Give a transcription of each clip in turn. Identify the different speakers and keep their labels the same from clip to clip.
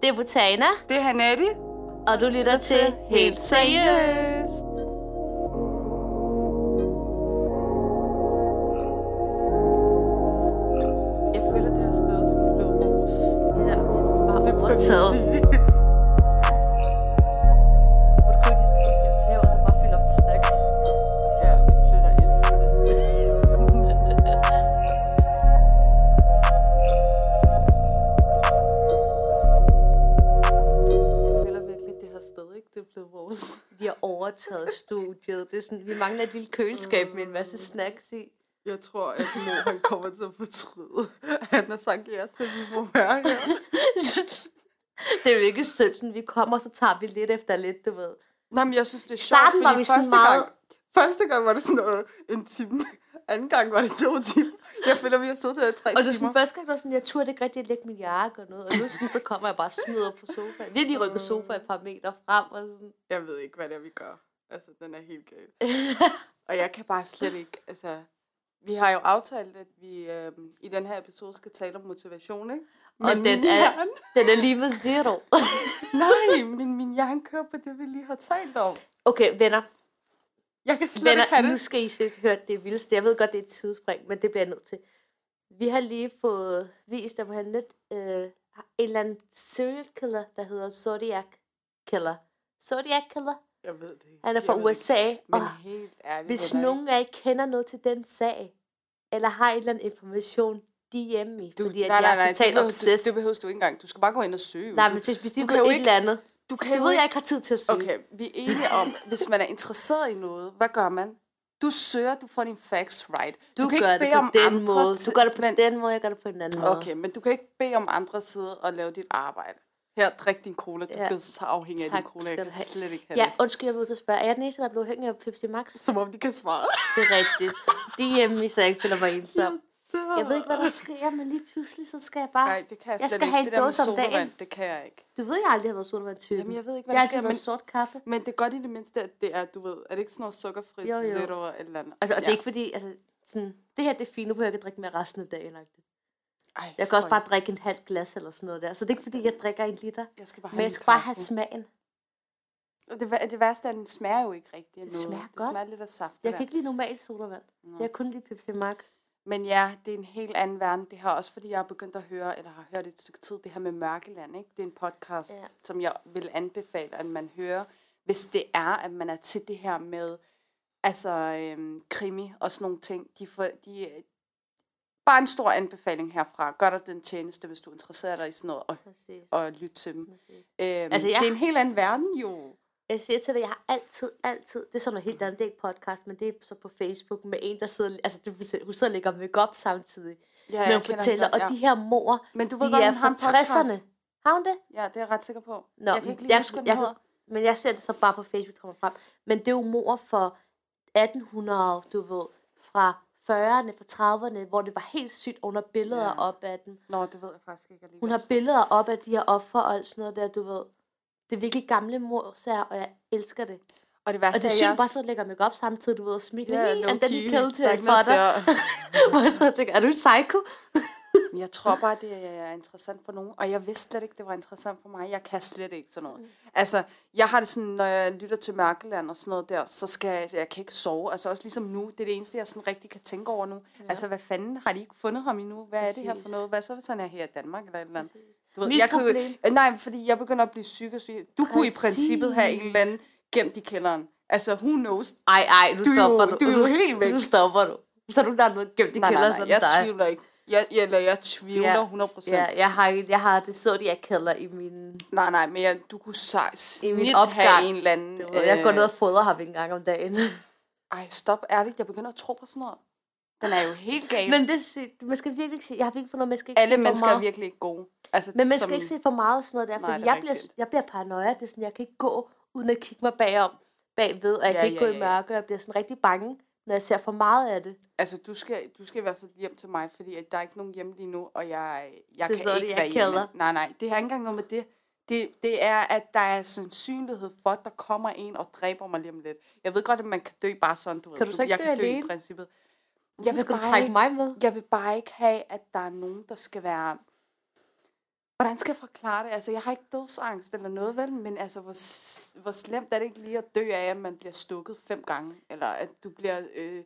Speaker 1: Det er Botana,
Speaker 2: Det er Hanetti.
Speaker 1: og du lytter til Helt Seriøst.
Speaker 2: Jeg føler, det her sted som en blå rose.
Speaker 1: Ja, bare
Speaker 2: Det må jeg
Speaker 1: overtaget.
Speaker 2: sige.
Speaker 3: Hvor du køber dit budskab til, og så bare fylder op med snack.
Speaker 2: Ja, vi flytter ind. Jeg føler virkelig, det her sted, ikke? Det er blevet vores.
Speaker 3: Vi har overtaget studiet. Det er sådan, vi mangler et lille køleskab med en masse snacks i.
Speaker 2: Jeg tror, at Mo, han kommer til at fortryde. Han har sagt ja til, at vi må være her.
Speaker 3: det er jo ikke sådan, sådan, vi kommer, så tager vi lidt efter lidt, du ved.
Speaker 2: Nej, men jeg synes, det er sjovt,
Speaker 3: starten var
Speaker 2: fordi
Speaker 3: vi sådan
Speaker 2: første
Speaker 3: meget-
Speaker 2: gang, første gang var det sådan noget, en time. Anden gang var det to timer. Jeg føler, vi har siddet her i tre
Speaker 3: Og det
Speaker 2: timer.
Speaker 3: var sådan, første gang, der var sådan, jeg turde ikke rigtig at lægge min jakke og noget. Og nu sådan, så kommer jeg bare og smider på sofaen. Vi har lige rykket sofaen et par meter frem og sådan.
Speaker 2: jeg ved ikke, hvad det er, vi gør. Altså, den er helt gal. og jeg kan bare slet ikke, altså... Vi har jo aftalt, at vi øh, i den her episode skal tale om motivation, ikke? Men
Speaker 3: Og den
Speaker 2: min
Speaker 3: er-
Speaker 2: hjerne,
Speaker 3: Den er lige ved zero.
Speaker 2: nej, men min hjerne kører på det, vi lige har talt om.
Speaker 3: Okay, venner.
Speaker 2: Jeg kan slet ikke have
Speaker 3: Venner, nu
Speaker 2: det.
Speaker 3: skal I slet høre det vildeste. Jeg ved godt, det er et tidsspring, men det bliver jeg nødt til. Vi har lige fået vist, at han lidt øh, en eller anden serial killer, der hedder Zodiac Killer. Zodiac Killer.
Speaker 2: Jeg ved det ikke.
Speaker 3: Han er
Speaker 2: Jeg
Speaker 3: fra
Speaker 2: ved det
Speaker 3: USA,
Speaker 2: ikke.
Speaker 3: og
Speaker 2: Men helt ærligt,
Speaker 3: hvis
Speaker 2: venner,
Speaker 3: nogen af jer kender noget til den sag, eller har en eller anden information, DM mig,
Speaker 2: Du,
Speaker 3: fordi at
Speaker 2: nej, nej,
Speaker 3: jeg
Speaker 2: nej,
Speaker 3: er
Speaker 2: det
Speaker 3: totalt
Speaker 2: behøver-
Speaker 3: obsessed.
Speaker 2: Det, det behøver du ikke engang. Du skal bare gå ind og søge.
Speaker 3: nej,
Speaker 2: Du-
Speaker 3: men hvis hvis de
Speaker 2: du
Speaker 3: du
Speaker 2: kan
Speaker 3: kan
Speaker 2: jo
Speaker 3: et
Speaker 2: ikke-
Speaker 3: eller andet,
Speaker 2: du kan
Speaker 3: det
Speaker 2: jo
Speaker 3: ved jeg
Speaker 2: ikke-
Speaker 3: ikke har tid til at søge.
Speaker 2: Okay, vi er enige om, hvis man er interesseret i noget, hvad gør man? Du søger, du får dine facts right.
Speaker 3: Du, kan gør
Speaker 2: ikke
Speaker 3: det
Speaker 2: bede
Speaker 3: på
Speaker 2: om
Speaker 3: den
Speaker 2: andre
Speaker 3: måde. Du
Speaker 2: til-
Speaker 3: gør det på
Speaker 2: men,
Speaker 3: den måde, jeg gør det på en anden måde.
Speaker 2: Okay, men du kan ikke bede om andre sidde og lave dit arbejde. Her, drik din cola. Du
Speaker 3: Ja.
Speaker 2: ja. bliver så afhængig af
Speaker 3: Tak
Speaker 2: din cola. Jeg
Speaker 3: skal
Speaker 2: kan
Speaker 3: du have.
Speaker 2: slet ikke have
Speaker 3: Ja,
Speaker 2: det.
Speaker 3: undskyld, jeg blev til at spørge. Er jeg den eneste, der blev hængig af Pepsi Max?
Speaker 2: Som om de kan svare.
Speaker 3: Det er rigtigt. Det er hjemme, så jeg ikke føler mig ensom. Jeg ved ikke, hvad der sker, men lige pludselig, så skal jeg bare...
Speaker 2: Nej, det kan jeg,
Speaker 3: jeg
Speaker 2: slet
Speaker 3: skal
Speaker 2: ikke.
Speaker 3: have
Speaker 2: det
Speaker 3: en dåse om
Speaker 2: sodavand,
Speaker 3: dagen.
Speaker 2: det kan jeg ikke.
Speaker 3: Du ved, jeg aldrig har været sodavand-typen.
Speaker 2: Jamen, jeg ved ikke, hvad
Speaker 3: jeg har
Speaker 2: der sker,
Speaker 3: altid været
Speaker 2: men-
Speaker 3: sort kaffe.
Speaker 2: Men det er godt i det mindste, at det er, du ved, er det ikke sådan noget sukkerfrit,
Speaker 3: Jo,
Speaker 2: jo,
Speaker 3: jo.
Speaker 2: jo. zero eller et eller andet?
Speaker 3: Altså, og det er ikke fordi, altså, sådan, det her det er fint, nu behøver jeg ikke at drikke mere resten af dagen. agtigt.
Speaker 2: Ej,
Speaker 3: Jeg kan også
Speaker 2: fuck.
Speaker 3: bare drikke en halv glas eller sådan noget der. Så det er ikke fordi, jeg drikker en liter.
Speaker 2: Jeg skal bare
Speaker 3: Men
Speaker 2: have,
Speaker 3: jeg
Speaker 2: min
Speaker 3: skal bare have
Speaker 2: kaffe.
Speaker 3: smagen.
Speaker 2: Og det, vær- det værste er, at den smager jo ikke rigtigt. af
Speaker 3: Det
Speaker 2: noget.
Speaker 3: smager
Speaker 2: Det
Speaker 3: godt.
Speaker 2: smager lidt af saft. det
Speaker 3: Jeg
Speaker 2: der.
Speaker 3: kan ikke lide normal sodavand. Jeg kan kun lide Pepsi Max.
Speaker 2: Men ja, det er en helt anden verden. Det her også, fordi jeg er begyndt at høre, eller har hørt et stykke tid, det her med Mørkeland. Ikke? Det er en podcast,
Speaker 3: Ja.
Speaker 2: ja. som jeg vil anbefale, at man hører, hvis det er, at man er til det her med altså, øhm, krimi og sådan nogle ting. De får, de, bare en stor anbefaling herfra. Gør dig den tjeneste, hvis du interesserer dig i sådan noget, og,
Speaker 3: Præcis.
Speaker 2: og lyt til dem.
Speaker 3: Præcis.
Speaker 2: Øhm,
Speaker 3: Altså,
Speaker 2: altså,
Speaker 3: jeg-
Speaker 2: jeg... Det er en helt anden verden, jo.
Speaker 3: Jeg siger til dig, jeg har altid, altid, det er sådan noget helt andet, det er ikke podcast, men det er så på Facebook med en, der sidder, altså det, hun sidder og lægger make samtidig,
Speaker 2: Ja,
Speaker 3: ja,
Speaker 2: jeg
Speaker 3: når hun
Speaker 2: kender
Speaker 3: fortæller,
Speaker 2: hende godt,
Speaker 3: og de
Speaker 2: ja.
Speaker 3: her mor,
Speaker 2: Men du ved
Speaker 3: de
Speaker 2: godt,
Speaker 3: er
Speaker 2: hun har
Speaker 3: fra
Speaker 2: en podcast.
Speaker 3: 60'erne. Har hun det?
Speaker 2: Ja, det er jeg ret sikker på.
Speaker 3: Nå,
Speaker 2: jeg kan ikke lige huske, hvad den hedder.
Speaker 3: jeg, Men jeg ser det så bare på Facebook, der kommer frem. Men det er jo mor for 1800, du ved, fra 40'erne, fra 30'erne, hvor det var helt sygt, og hun har billeder ja.
Speaker 2: Ja.
Speaker 3: op af den.
Speaker 2: Nå, det ved jeg faktisk ikke. alligevel.
Speaker 3: Hun har billeder op af de her offer og sådan noget der, du ved. Det er virkelig gamle morsager, og jeg elsker det.
Speaker 2: Og det
Speaker 3: Og
Speaker 2: værste
Speaker 3: det er
Speaker 2: er,
Speaker 3: sygt,
Speaker 2: Altså, jeg...
Speaker 3: bare så lægger mig op samtidig, du ved, og smiler.
Speaker 2: Ja,
Speaker 3: Yeah, and then he
Speaker 2: low-key.
Speaker 3: killed
Speaker 2: Der er
Speaker 3: her
Speaker 2: ikke
Speaker 3: for
Speaker 2: noget
Speaker 3: dig.
Speaker 2: der.
Speaker 3: Hvor jeg så tænker, er du en psycho?
Speaker 2: Men jeg tror bare, det er interessant for nogen. Og jeg vidste slet ikke, det var interessant for mig. Jeg kan slet ikke sådan
Speaker 3: Mm.
Speaker 2: noget. Altså, jeg har det sådan, når jeg lytter til Mørkeland og sådan noget der, så skal jeg, jeg kan ikke sove. Altså også ligesom nu, det er det eneste, jeg sådan rigtig kan tænke over nu. Ja. Altså, hvad fanden har de ikke fundet ham endnu? Hvad Præcis. er det her for
Speaker 3: Præcis.
Speaker 2: noget? Hvad så, hvis han er her i Danmark eller et eller andet? Du ved,
Speaker 3: Mit
Speaker 2: jeg kunne,
Speaker 3: problem-
Speaker 2: øh, nej, fordi jeg begynder at blive psyk og syg. Du Præcis. kunne i princippet have en eller anden gemt i kælderen. Altså, who knows?
Speaker 3: Ej, ej, nu
Speaker 2: Du er jo-
Speaker 3: stopper du.
Speaker 2: du er jo helt væk.
Speaker 3: Nu stopper du. Så er du der er noget gemt i
Speaker 2: Nej, nej,
Speaker 3: kælderen,
Speaker 2: nej,
Speaker 3: sådan
Speaker 2: jeg
Speaker 3: dig.
Speaker 2: tvivler ikke. Jeg, jeg, eller jeg tvivler 100%.
Speaker 3: Ja, jeg har, en- jeg har det så, de jeg kalder i min...
Speaker 2: Nej, nej, men jeg, du kunne sej,
Speaker 3: I
Speaker 2: snit
Speaker 3: min
Speaker 2: have
Speaker 3: opgang.
Speaker 2: en eller anden...
Speaker 3: Du ved,
Speaker 2: Øh.
Speaker 3: jeg går ned og fodrer ham en gang om dagen.
Speaker 2: Ej, stop, ærligt, jeg begynder at tro på sådan noget. Den er jo helt gal.
Speaker 3: Men det er sygt. Man skal virkelig ikke se... Jeg har virkelig fundet, man skal ikke
Speaker 2: Alle
Speaker 3: se
Speaker 2: mennesker
Speaker 3: for
Speaker 2: er
Speaker 3: meget.
Speaker 2: virkelig ikke gode. Altså,
Speaker 3: Men man skal ikke se for meget og sådan noget der,
Speaker 2: Nej,
Speaker 3: fordi
Speaker 2: det er
Speaker 3: jeg, bliver,
Speaker 2: rigtigt.
Speaker 3: jeg bliver paranoia. Det er sådan, jeg kan ikke gå uden at kigge mig bagom, bagved, og jeg
Speaker 2: Ja,
Speaker 3: kan ikke
Speaker 2: ja,
Speaker 3: gå i
Speaker 2: ja, ja.
Speaker 3: mørke, og jeg bliver sådan rigtig bange, når jeg ser for meget af det.
Speaker 2: Altså, du skal, du skal i hvert fald hjem til mig, fordi at der er ikke nogen hjemme lige nu, og jeg, jeg
Speaker 3: Det
Speaker 2: kan
Speaker 3: er sådan,
Speaker 2: ikke
Speaker 3: jeg
Speaker 2: være
Speaker 3: kalder.
Speaker 2: hjemme. Nej, nej, det har ikke engang noget med det. det. Det er, at der er sandsynlighed for, at der kommer en og dræber mig lige om lidt. Jeg ved godt, at man kan dø bare sådan, du ved.
Speaker 3: Kan du så ikke
Speaker 2: jeg
Speaker 3: dø
Speaker 2: kan dø
Speaker 3: alene?
Speaker 2: i princippet.
Speaker 3: Jeg
Speaker 2: vil
Speaker 3: skal du
Speaker 2: bare
Speaker 3: trække
Speaker 2: ikke-
Speaker 3: Altså, mig med?
Speaker 2: Jeg vil bare ikke have, at der er nogen, der skal være... Hvordan skal jeg forklare det? Altså, jeg har ikke dødsangst eller noget, vel? Men altså, hvor, s- hvor slemt er det ikke lige at dø af, at man bliver stukket fem gange? Eller at du bliver øh,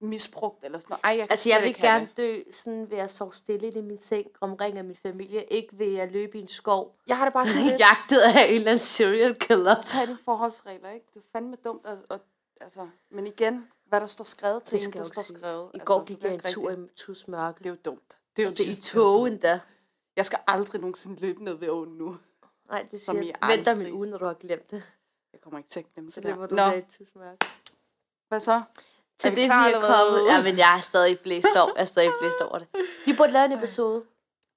Speaker 2: misbrugt eller sådan noget? Ej, jeg kan
Speaker 3: Altså,
Speaker 2: slet
Speaker 3: jeg vil
Speaker 2: ikke have
Speaker 3: gerne dø sådan ved at sove stille i min seng, omringet af min familie. Ikke ved at løbe i en skov,
Speaker 2: Det. Jeg har det bare sådan lidt...
Speaker 3: jagtet af en eller anden serial killer.
Speaker 2: Tag dine forholdsregler, ikke? Det er fandme dumt at... at altså, men igen, hvad der står skrevet til
Speaker 3: Det
Speaker 2: en,
Speaker 3: skal
Speaker 2: der
Speaker 3: jeg
Speaker 2: står
Speaker 3: jo sige.
Speaker 2: skrevet.
Speaker 3: I går
Speaker 2: du
Speaker 3: gik
Speaker 2: kan
Speaker 3: jeg en
Speaker 2: ikke
Speaker 3: tur i
Speaker 2: rigtig-
Speaker 3: tus
Speaker 2: Det er
Speaker 3: mørke.
Speaker 2: jo dumt. Det er jo
Speaker 3: Altså, i
Speaker 2: trist.
Speaker 3: togen da.
Speaker 2: Jeg skal aldrig nogensinde løbe ned ved åen nu.
Speaker 3: Nej, det
Speaker 2: Som
Speaker 3: siger
Speaker 2: i
Speaker 3: jeg. Vent om en
Speaker 2: aldrig.
Speaker 3: uge, når du har glemt det.
Speaker 2: Jeg kommer ikke til at glemme
Speaker 3: Så
Speaker 2: det der.
Speaker 3: løber du der i
Speaker 2: Nå,
Speaker 3: tus mørke.
Speaker 2: hvad så?
Speaker 3: Til
Speaker 2: vi
Speaker 3: det, vi
Speaker 2: klar
Speaker 3: er
Speaker 2: allerede?
Speaker 3: kommet. Ja, men jeg er stadig blæst over, jeg er stadig blæst over det. Vi burde lave en episode,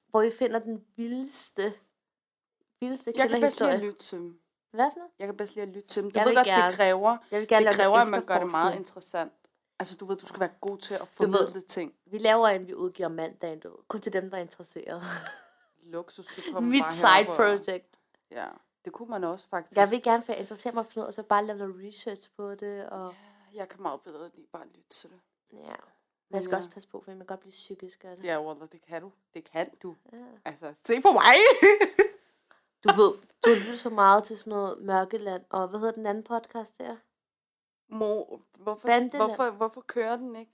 Speaker 3: hvor vi finder den vildeste, vildeste
Speaker 2: Jeg kan bedst lide at
Speaker 3: kælderhistorie.
Speaker 2: lytte til dem.
Speaker 3: Hvad for noget?
Speaker 2: Jeg kan bedst lide at lytte til dem. Du
Speaker 3: Jeg
Speaker 2: ved
Speaker 3: vil
Speaker 2: godt, det
Speaker 3: gerne.
Speaker 2: kræver,
Speaker 3: Jeg vil gerne
Speaker 2: det
Speaker 3: lave
Speaker 2: kræver, at
Speaker 3: sådan en
Speaker 2: man gør det meget
Speaker 3: efterforskning.
Speaker 2: interessant. Altså, du ved, du skal være god til at
Speaker 3: Du ved.
Speaker 2: formidle ting.
Speaker 3: Vi laver en, vi udgiver mandagen, du. ved. Kun til dem, der er interesseret.
Speaker 2: Luksus, du kommer
Speaker 3: Mit
Speaker 2: bare
Speaker 3: side
Speaker 2: herop og-
Speaker 3: project.
Speaker 2: Ja, det kunne man også faktisk.
Speaker 3: Jeg vil gerne for jeg interesserer mig for noget, og så bare lave noget research på det. Og,
Speaker 2: jeg kan meget bedre lige bare lytte til det.
Speaker 3: ja. Men jeg skal
Speaker 2: Ja.
Speaker 3: også passe på, for man kan godt blive psykisk af det.
Speaker 2: Ja, Walter, det kan du. Det kan du.
Speaker 3: Ja.
Speaker 2: Altså, se på mig!
Speaker 3: Du ved, du lytter så meget til sådan noget mørkeland, og hvad hedder den anden podcast der?
Speaker 2: Mor, hvorfor,
Speaker 3: Bandeland.
Speaker 2: hvorfor, hvorfor kører den ikke?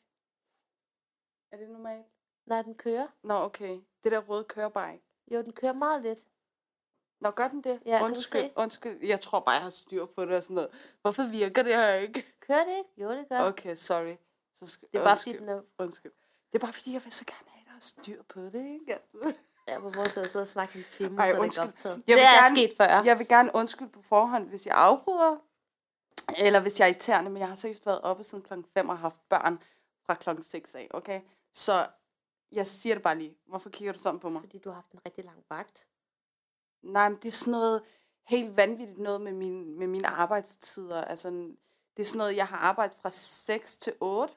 Speaker 2: Er det normalt?
Speaker 3: Nej, den kører.
Speaker 2: Nå, okay. Det der røde kører bare ikke.
Speaker 3: Jo, den kører meget lidt.
Speaker 2: Nå, gør den det?
Speaker 3: Ja, kan du
Speaker 2: undskyld,
Speaker 3: se?
Speaker 2: undskyld. Jeg tror bare, jeg har styr på det og sådan noget. Hvorfor virker det her ikke?
Speaker 3: Kører det ikke? Jo, det gør. Okay.
Speaker 2: Okay, sorry. Så sk-
Speaker 3: Det er bare fordi,
Speaker 2: undskyld,
Speaker 3: den er
Speaker 2: undskyld. Det er bare fordi, jeg vil så gerne have, at der er styr på det, ikke?
Speaker 3: ja, på vores side sidder og snakker en time,
Speaker 2: Ej,
Speaker 3: Ej, så er det ikke
Speaker 2: undskyld.
Speaker 3: optaget.
Speaker 2: Jeg
Speaker 3: det
Speaker 2: vil
Speaker 3: er
Speaker 2: gerne-
Speaker 3: sket før. Ja.
Speaker 2: Jeg vil gerne undskylde på forhånd, hvis jeg afbryder. Eller hvis jeg er irriterende, men jeg har seriøst været oppe siden klokken 5 og haft børn fra klokken 6 af, okay? Så jeg siger det bare lige. Hvorfor kigger du sådan på mig?
Speaker 3: Fordi du har haft en rigtig lang vagt.
Speaker 2: Nej, men det er sådan noget helt vanvittigt noget med, min, med mine arbejdstider. Altså, det er sådan noget, jeg har arbejdet fra 6 til 8,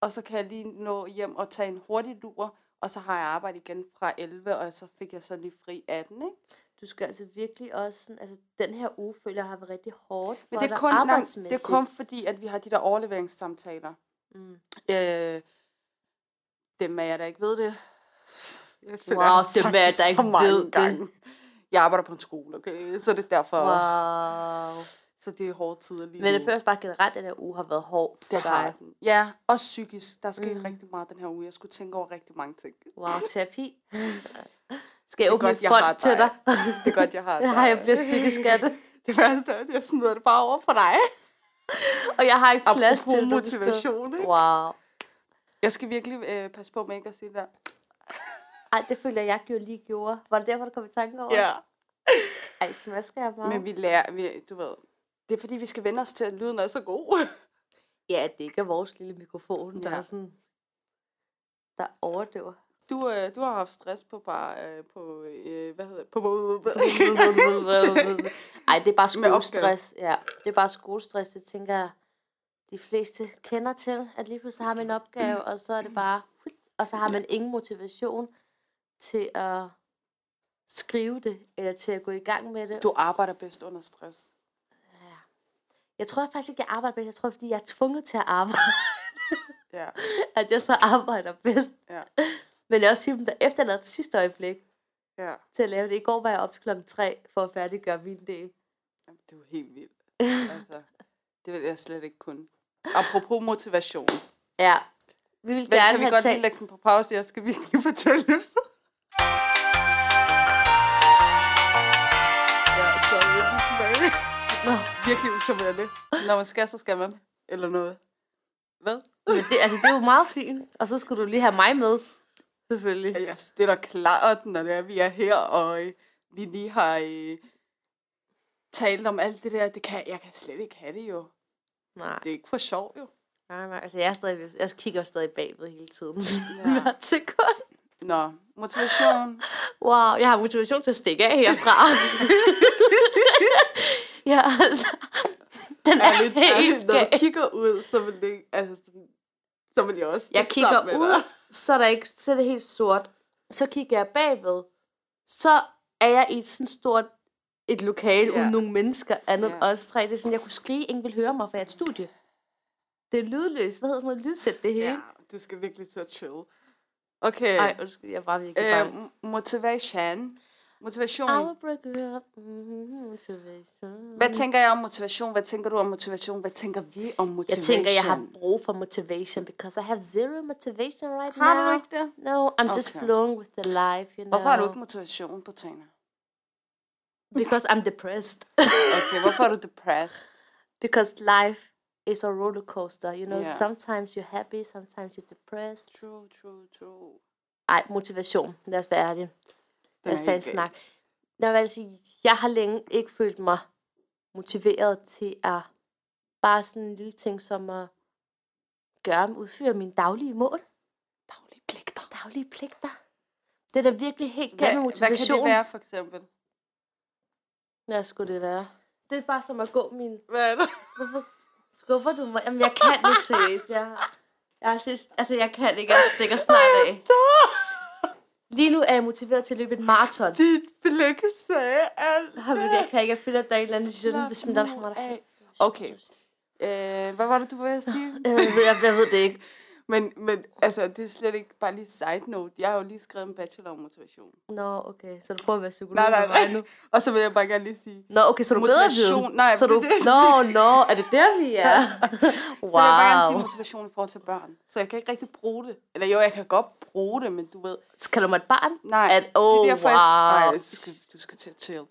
Speaker 2: og så kan jeg lige nå hjem og tage en hurtig lur, og så har jeg arbejde igen fra 11, og så fik jeg så lige fri 18, ikke?
Speaker 3: Du skal altså virkelig også... sådan- Altså, den her uge føler jeg har været rigtig hårdt
Speaker 2: Men
Speaker 3: for
Speaker 2: det er,
Speaker 3: dig
Speaker 2: kun, nej, men det
Speaker 3: arbejdsmæssigt.
Speaker 2: er kun fordi, at vi har de der overleveringssamtaler.
Speaker 3: Mm.
Speaker 2: Øh, dem af jer, der ikke ved det. Jeg
Speaker 3: Wow,
Speaker 2: jeg har
Speaker 3: dem
Speaker 2: sagt
Speaker 3: af
Speaker 2: det
Speaker 3: jer, der
Speaker 2: så
Speaker 3: ikke
Speaker 2: mange
Speaker 3: ved det.
Speaker 2: gange. Jeg arbejder på en skole, okay? Så det er derfor, wow.
Speaker 3: Wow.
Speaker 2: så det er hårde tider lige
Speaker 3: Men
Speaker 2: nu.
Speaker 3: det føles bare generelt, at den her uge har været hård for
Speaker 2: Det har
Speaker 3: dig.
Speaker 2: den. Ja, også psykisk. Der sker mm. rigtig meget den her uge. Jeg skulle tænke over rigtig mange ting. Det
Speaker 3: Wow, terapi. skal jeg
Speaker 2: er
Speaker 3: åbne
Speaker 2: godt,
Speaker 3: godt,
Speaker 2: jeg
Speaker 3: folk
Speaker 2: har
Speaker 3: til dig?
Speaker 2: Det er godt, jeg har dig.
Speaker 3: Nej, jeg bliver psykisk af det.
Speaker 2: Det værste er, at jeg smider det bare over for dig.
Speaker 3: Og jeg har ikke plads
Speaker 2: Apropos
Speaker 3: til det. nogen steder.
Speaker 2: motivation, ikke?
Speaker 3: Wow.
Speaker 2: Jeg skal virkelig øh, passe på med ikke at sige det der.
Speaker 3: Ej, det føler jeg, jeg gjorde lige gjorde. Var det derfor, du kom i tanke over?
Speaker 2: Ja.
Speaker 3: Ej, smasker jeg meget.
Speaker 2: Men vi lærer, vi, du ved, det er fordi, vi skal vende os til, at lyden er så god.
Speaker 3: Ja, at det ikke er vores lille mikrofon, der
Speaker 2: Ja.
Speaker 3: er sådan... Der overdøver.
Speaker 2: Du, øh, du har haft stress på bare, øh, på, øh, hvad hedder det? På, på, på,
Speaker 3: Ej, det er bare
Speaker 2: Med opgaver.
Speaker 3: skolestress. Ja, det er bare skolestress, det tænker jeg, de fleste kender til, at lige pludselig har man en opgave, og så er det bare... Og så har man ingen motivation til at skrive det, eller til at gå i gang med det.
Speaker 2: Du arbejder bedst under stress.
Speaker 3: Jeg tror faktisk ikke, jeg arbejder bedst. Jeg tror, fordi jeg er tvunget til at arbejde.
Speaker 2: Ja,
Speaker 3: at jeg så arbejder bedst.
Speaker 2: Ja.
Speaker 3: Men jeg er også typen, der efterlader det sidste øjeblik
Speaker 2: ja.
Speaker 3: til at lave det. I går var jeg op til klokken 3 for at færdiggøre min del.
Speaker 2: Jamen, det er jo helt vildt. Altså, det vil jeg slet ikke kunne. Apropos motivation.
Speaker 3: Ja. Vi vil
Speaker 2: Men
Speaker 3: gerne
Speaker 2: kan vi
Speaker 3: have
Speaker 2: godt lige
Speaker 3: talt...
Speaker 2: lægge den på pause? Jeg skal virkelig fortælle det. ja, så er vi lige tilbage.
Speaker 3: Nå,
Speaker 2: Virkelig usammerende. Når man skal, så skal man. Eller noget. Hvad?
Speaker 3: men det, altså, det er jo meget fint. Og så skulle du lige have mig med. Selvfølgelig.
Speaker 2: Jeg stiller klart, når det er, vi er her, og øh, vi lige har øh, talt om alt det der. Det kan, jeg kan slet ikke have det jo.
Speaker 3: Nej,
Speaker 2: Det er ikke for sjov jo.
Speaker 3: nej, nej. Altså, jeg, er stadig, jeg kigger jo stadig bagved hele tiden.
Speaker 2: Ja.
Speaker 3: Ja. Hvert sekund.
Speaker 2: Nå, motivation.
Speaker 3: Wow, jeg har motivation til at stikke af herfra. ja, altså... Den er,
Speaker 2: ærligt, ærligt,
Speaker 3: helt
Speaker 2: når du
Speaker 3: gal.
Speaker 2: kigger ud, så vil det, altså, sådan- så vil jeg også
Speaker 3: jeg
Speaker 2: stikke
Speaker 3: kigger
Speaker 2: sammen med
Speaker 3: ud,
Speaker 2: dig.
Speaker 3: så er, der ikke, så er det helt sort. Så kigger jeg bagved, så er jeg i et sådan stort et lokale
Speaker 2: Ja.
Speaker 3: yeah. uden nogen mennesker, andet
Speaker 2: Ja.
Speaker 3: yeah. os tre. Det er sådan, jeg kunne skrige, ingen ville høre mig, for jeg er et studie. Det er lydløst. Hvad hedder sådan noget lydsæt, det hele?
Speaker 2: Ja,
Speaker 3: Yeah.
Speaker 2: du skal virkelig til at chill. Okay,
Speaker 3: Ej, undskyld, jeg er bare virkelig øh,
Speaker 2: øh, motivation. Motivation.
Speaker 3: I will break you up. Mm-hmm. Motivation.
Speaker 2: Hvad tænker jeg om motivation? Hvad tænker du om motivation? Hvad tænker vi om
Speaker 3: Jeg
Speaker 2: motivation?
Speaker 3: tænker, jeg har brug for motivation, because I have zero motivation right now.
Speaker 2: Har du ikke det?
Speaker 3: No, I'm just
Speaker 2: Okay.
Speaker 3: flowing with the life, you know.
Speaker 2: Hvorfor har du ikke motivation, Botana?
Speaker 3: Because I'm depressed.
Speaker 2: Okay, hvorfor er du depressed?
Speaker 3: because life is a roller coaster, you know.
Speaker 2: Yeah.
Speaker 3: Sometimes you're happy, sometimes you're depressed.
Speaker 2: True, true, true.
Speaker 3: Ej, motivation. Lad os være ærlige. Lad os
Speaker 2: er
Speaker 3: tage en
Speaker 2: ikke gal.
Speaker 3: snak. Jeg vil altså sige, jeg har længe ikke følt mig motiveret til at bare sådan en lille ting som at gøre, udføre mine daglige mål,
Speaker 2: Daglige pligter.
Speaker 3: daglige pligter. Det er da virkelig helt galt med
Speaker 2: Hvad, hvad kan
Speaker 3: motivation.
Speaker 2: det være, for eksempel?
Speaker 3: Hvad skulle det være? Det er bare som at gå min...
Speaker 2: Hvad er det?
Speaker 3: Hvorfor skubber du mig? Jamen, jeg kan ikke seriøst. Jeg, har- jeg, har sidst... altså, jeg kan ikke. Jeg stikker snart af. Lige nu er jeg motiveret til at løbe et maraton.
Speaker 2: Dit blik sagde alt.
Speaker 3: Har vi det? Kan jeg ikke finde, at der er en eller anden sjældent, hvis man der
Speaker 2: nu
Speaker 3: har
Speaker 2: af. Okay. Øh, hvad var det, du var ved at sige?
Speaker 3: jeg ved, jeg, jeg ved det ikke.
Speaker 2: Men, men altså, det er slet ikke bare lige side note. Jeg har jo lige skrevet en bachelor om motivation.
Speaker 3: Nå, okay. Så du prøver at være psykolog
Speaker 2: Nej,
Speaker 3: med
Speaker 2: nej,
Speaker 3: mig nu.
Speaker 2: nej. Og så vil jeg bare gerne lige sige,
Speaker 3: Nå, okay, så er du bedre
Speaker 2: Motivation. Nej,
Speaker 3: så er
Speaker 2: det
Speaker 3: du...
Speaker 2: er det.
Speaker 3: Nå, nå, er det der, vi er?
Speaker 2: så vil jeg bare gerne
Speaker 3: Wow.
Speaker 2: sige motivation i forhold til børn. Så jeg kan ikke rigtig bruge det. Eller jo, jeg kan godt bruge det, men du ved.
Speaker 3: Kalder mig et barn?
Speaker 2: Nej,
Speaker 3: At, oh,
Speaker 2: det er derfor, jeg...
Speaker 3: wow.
Speaker 2: Nej, du skal, du skal til at chill.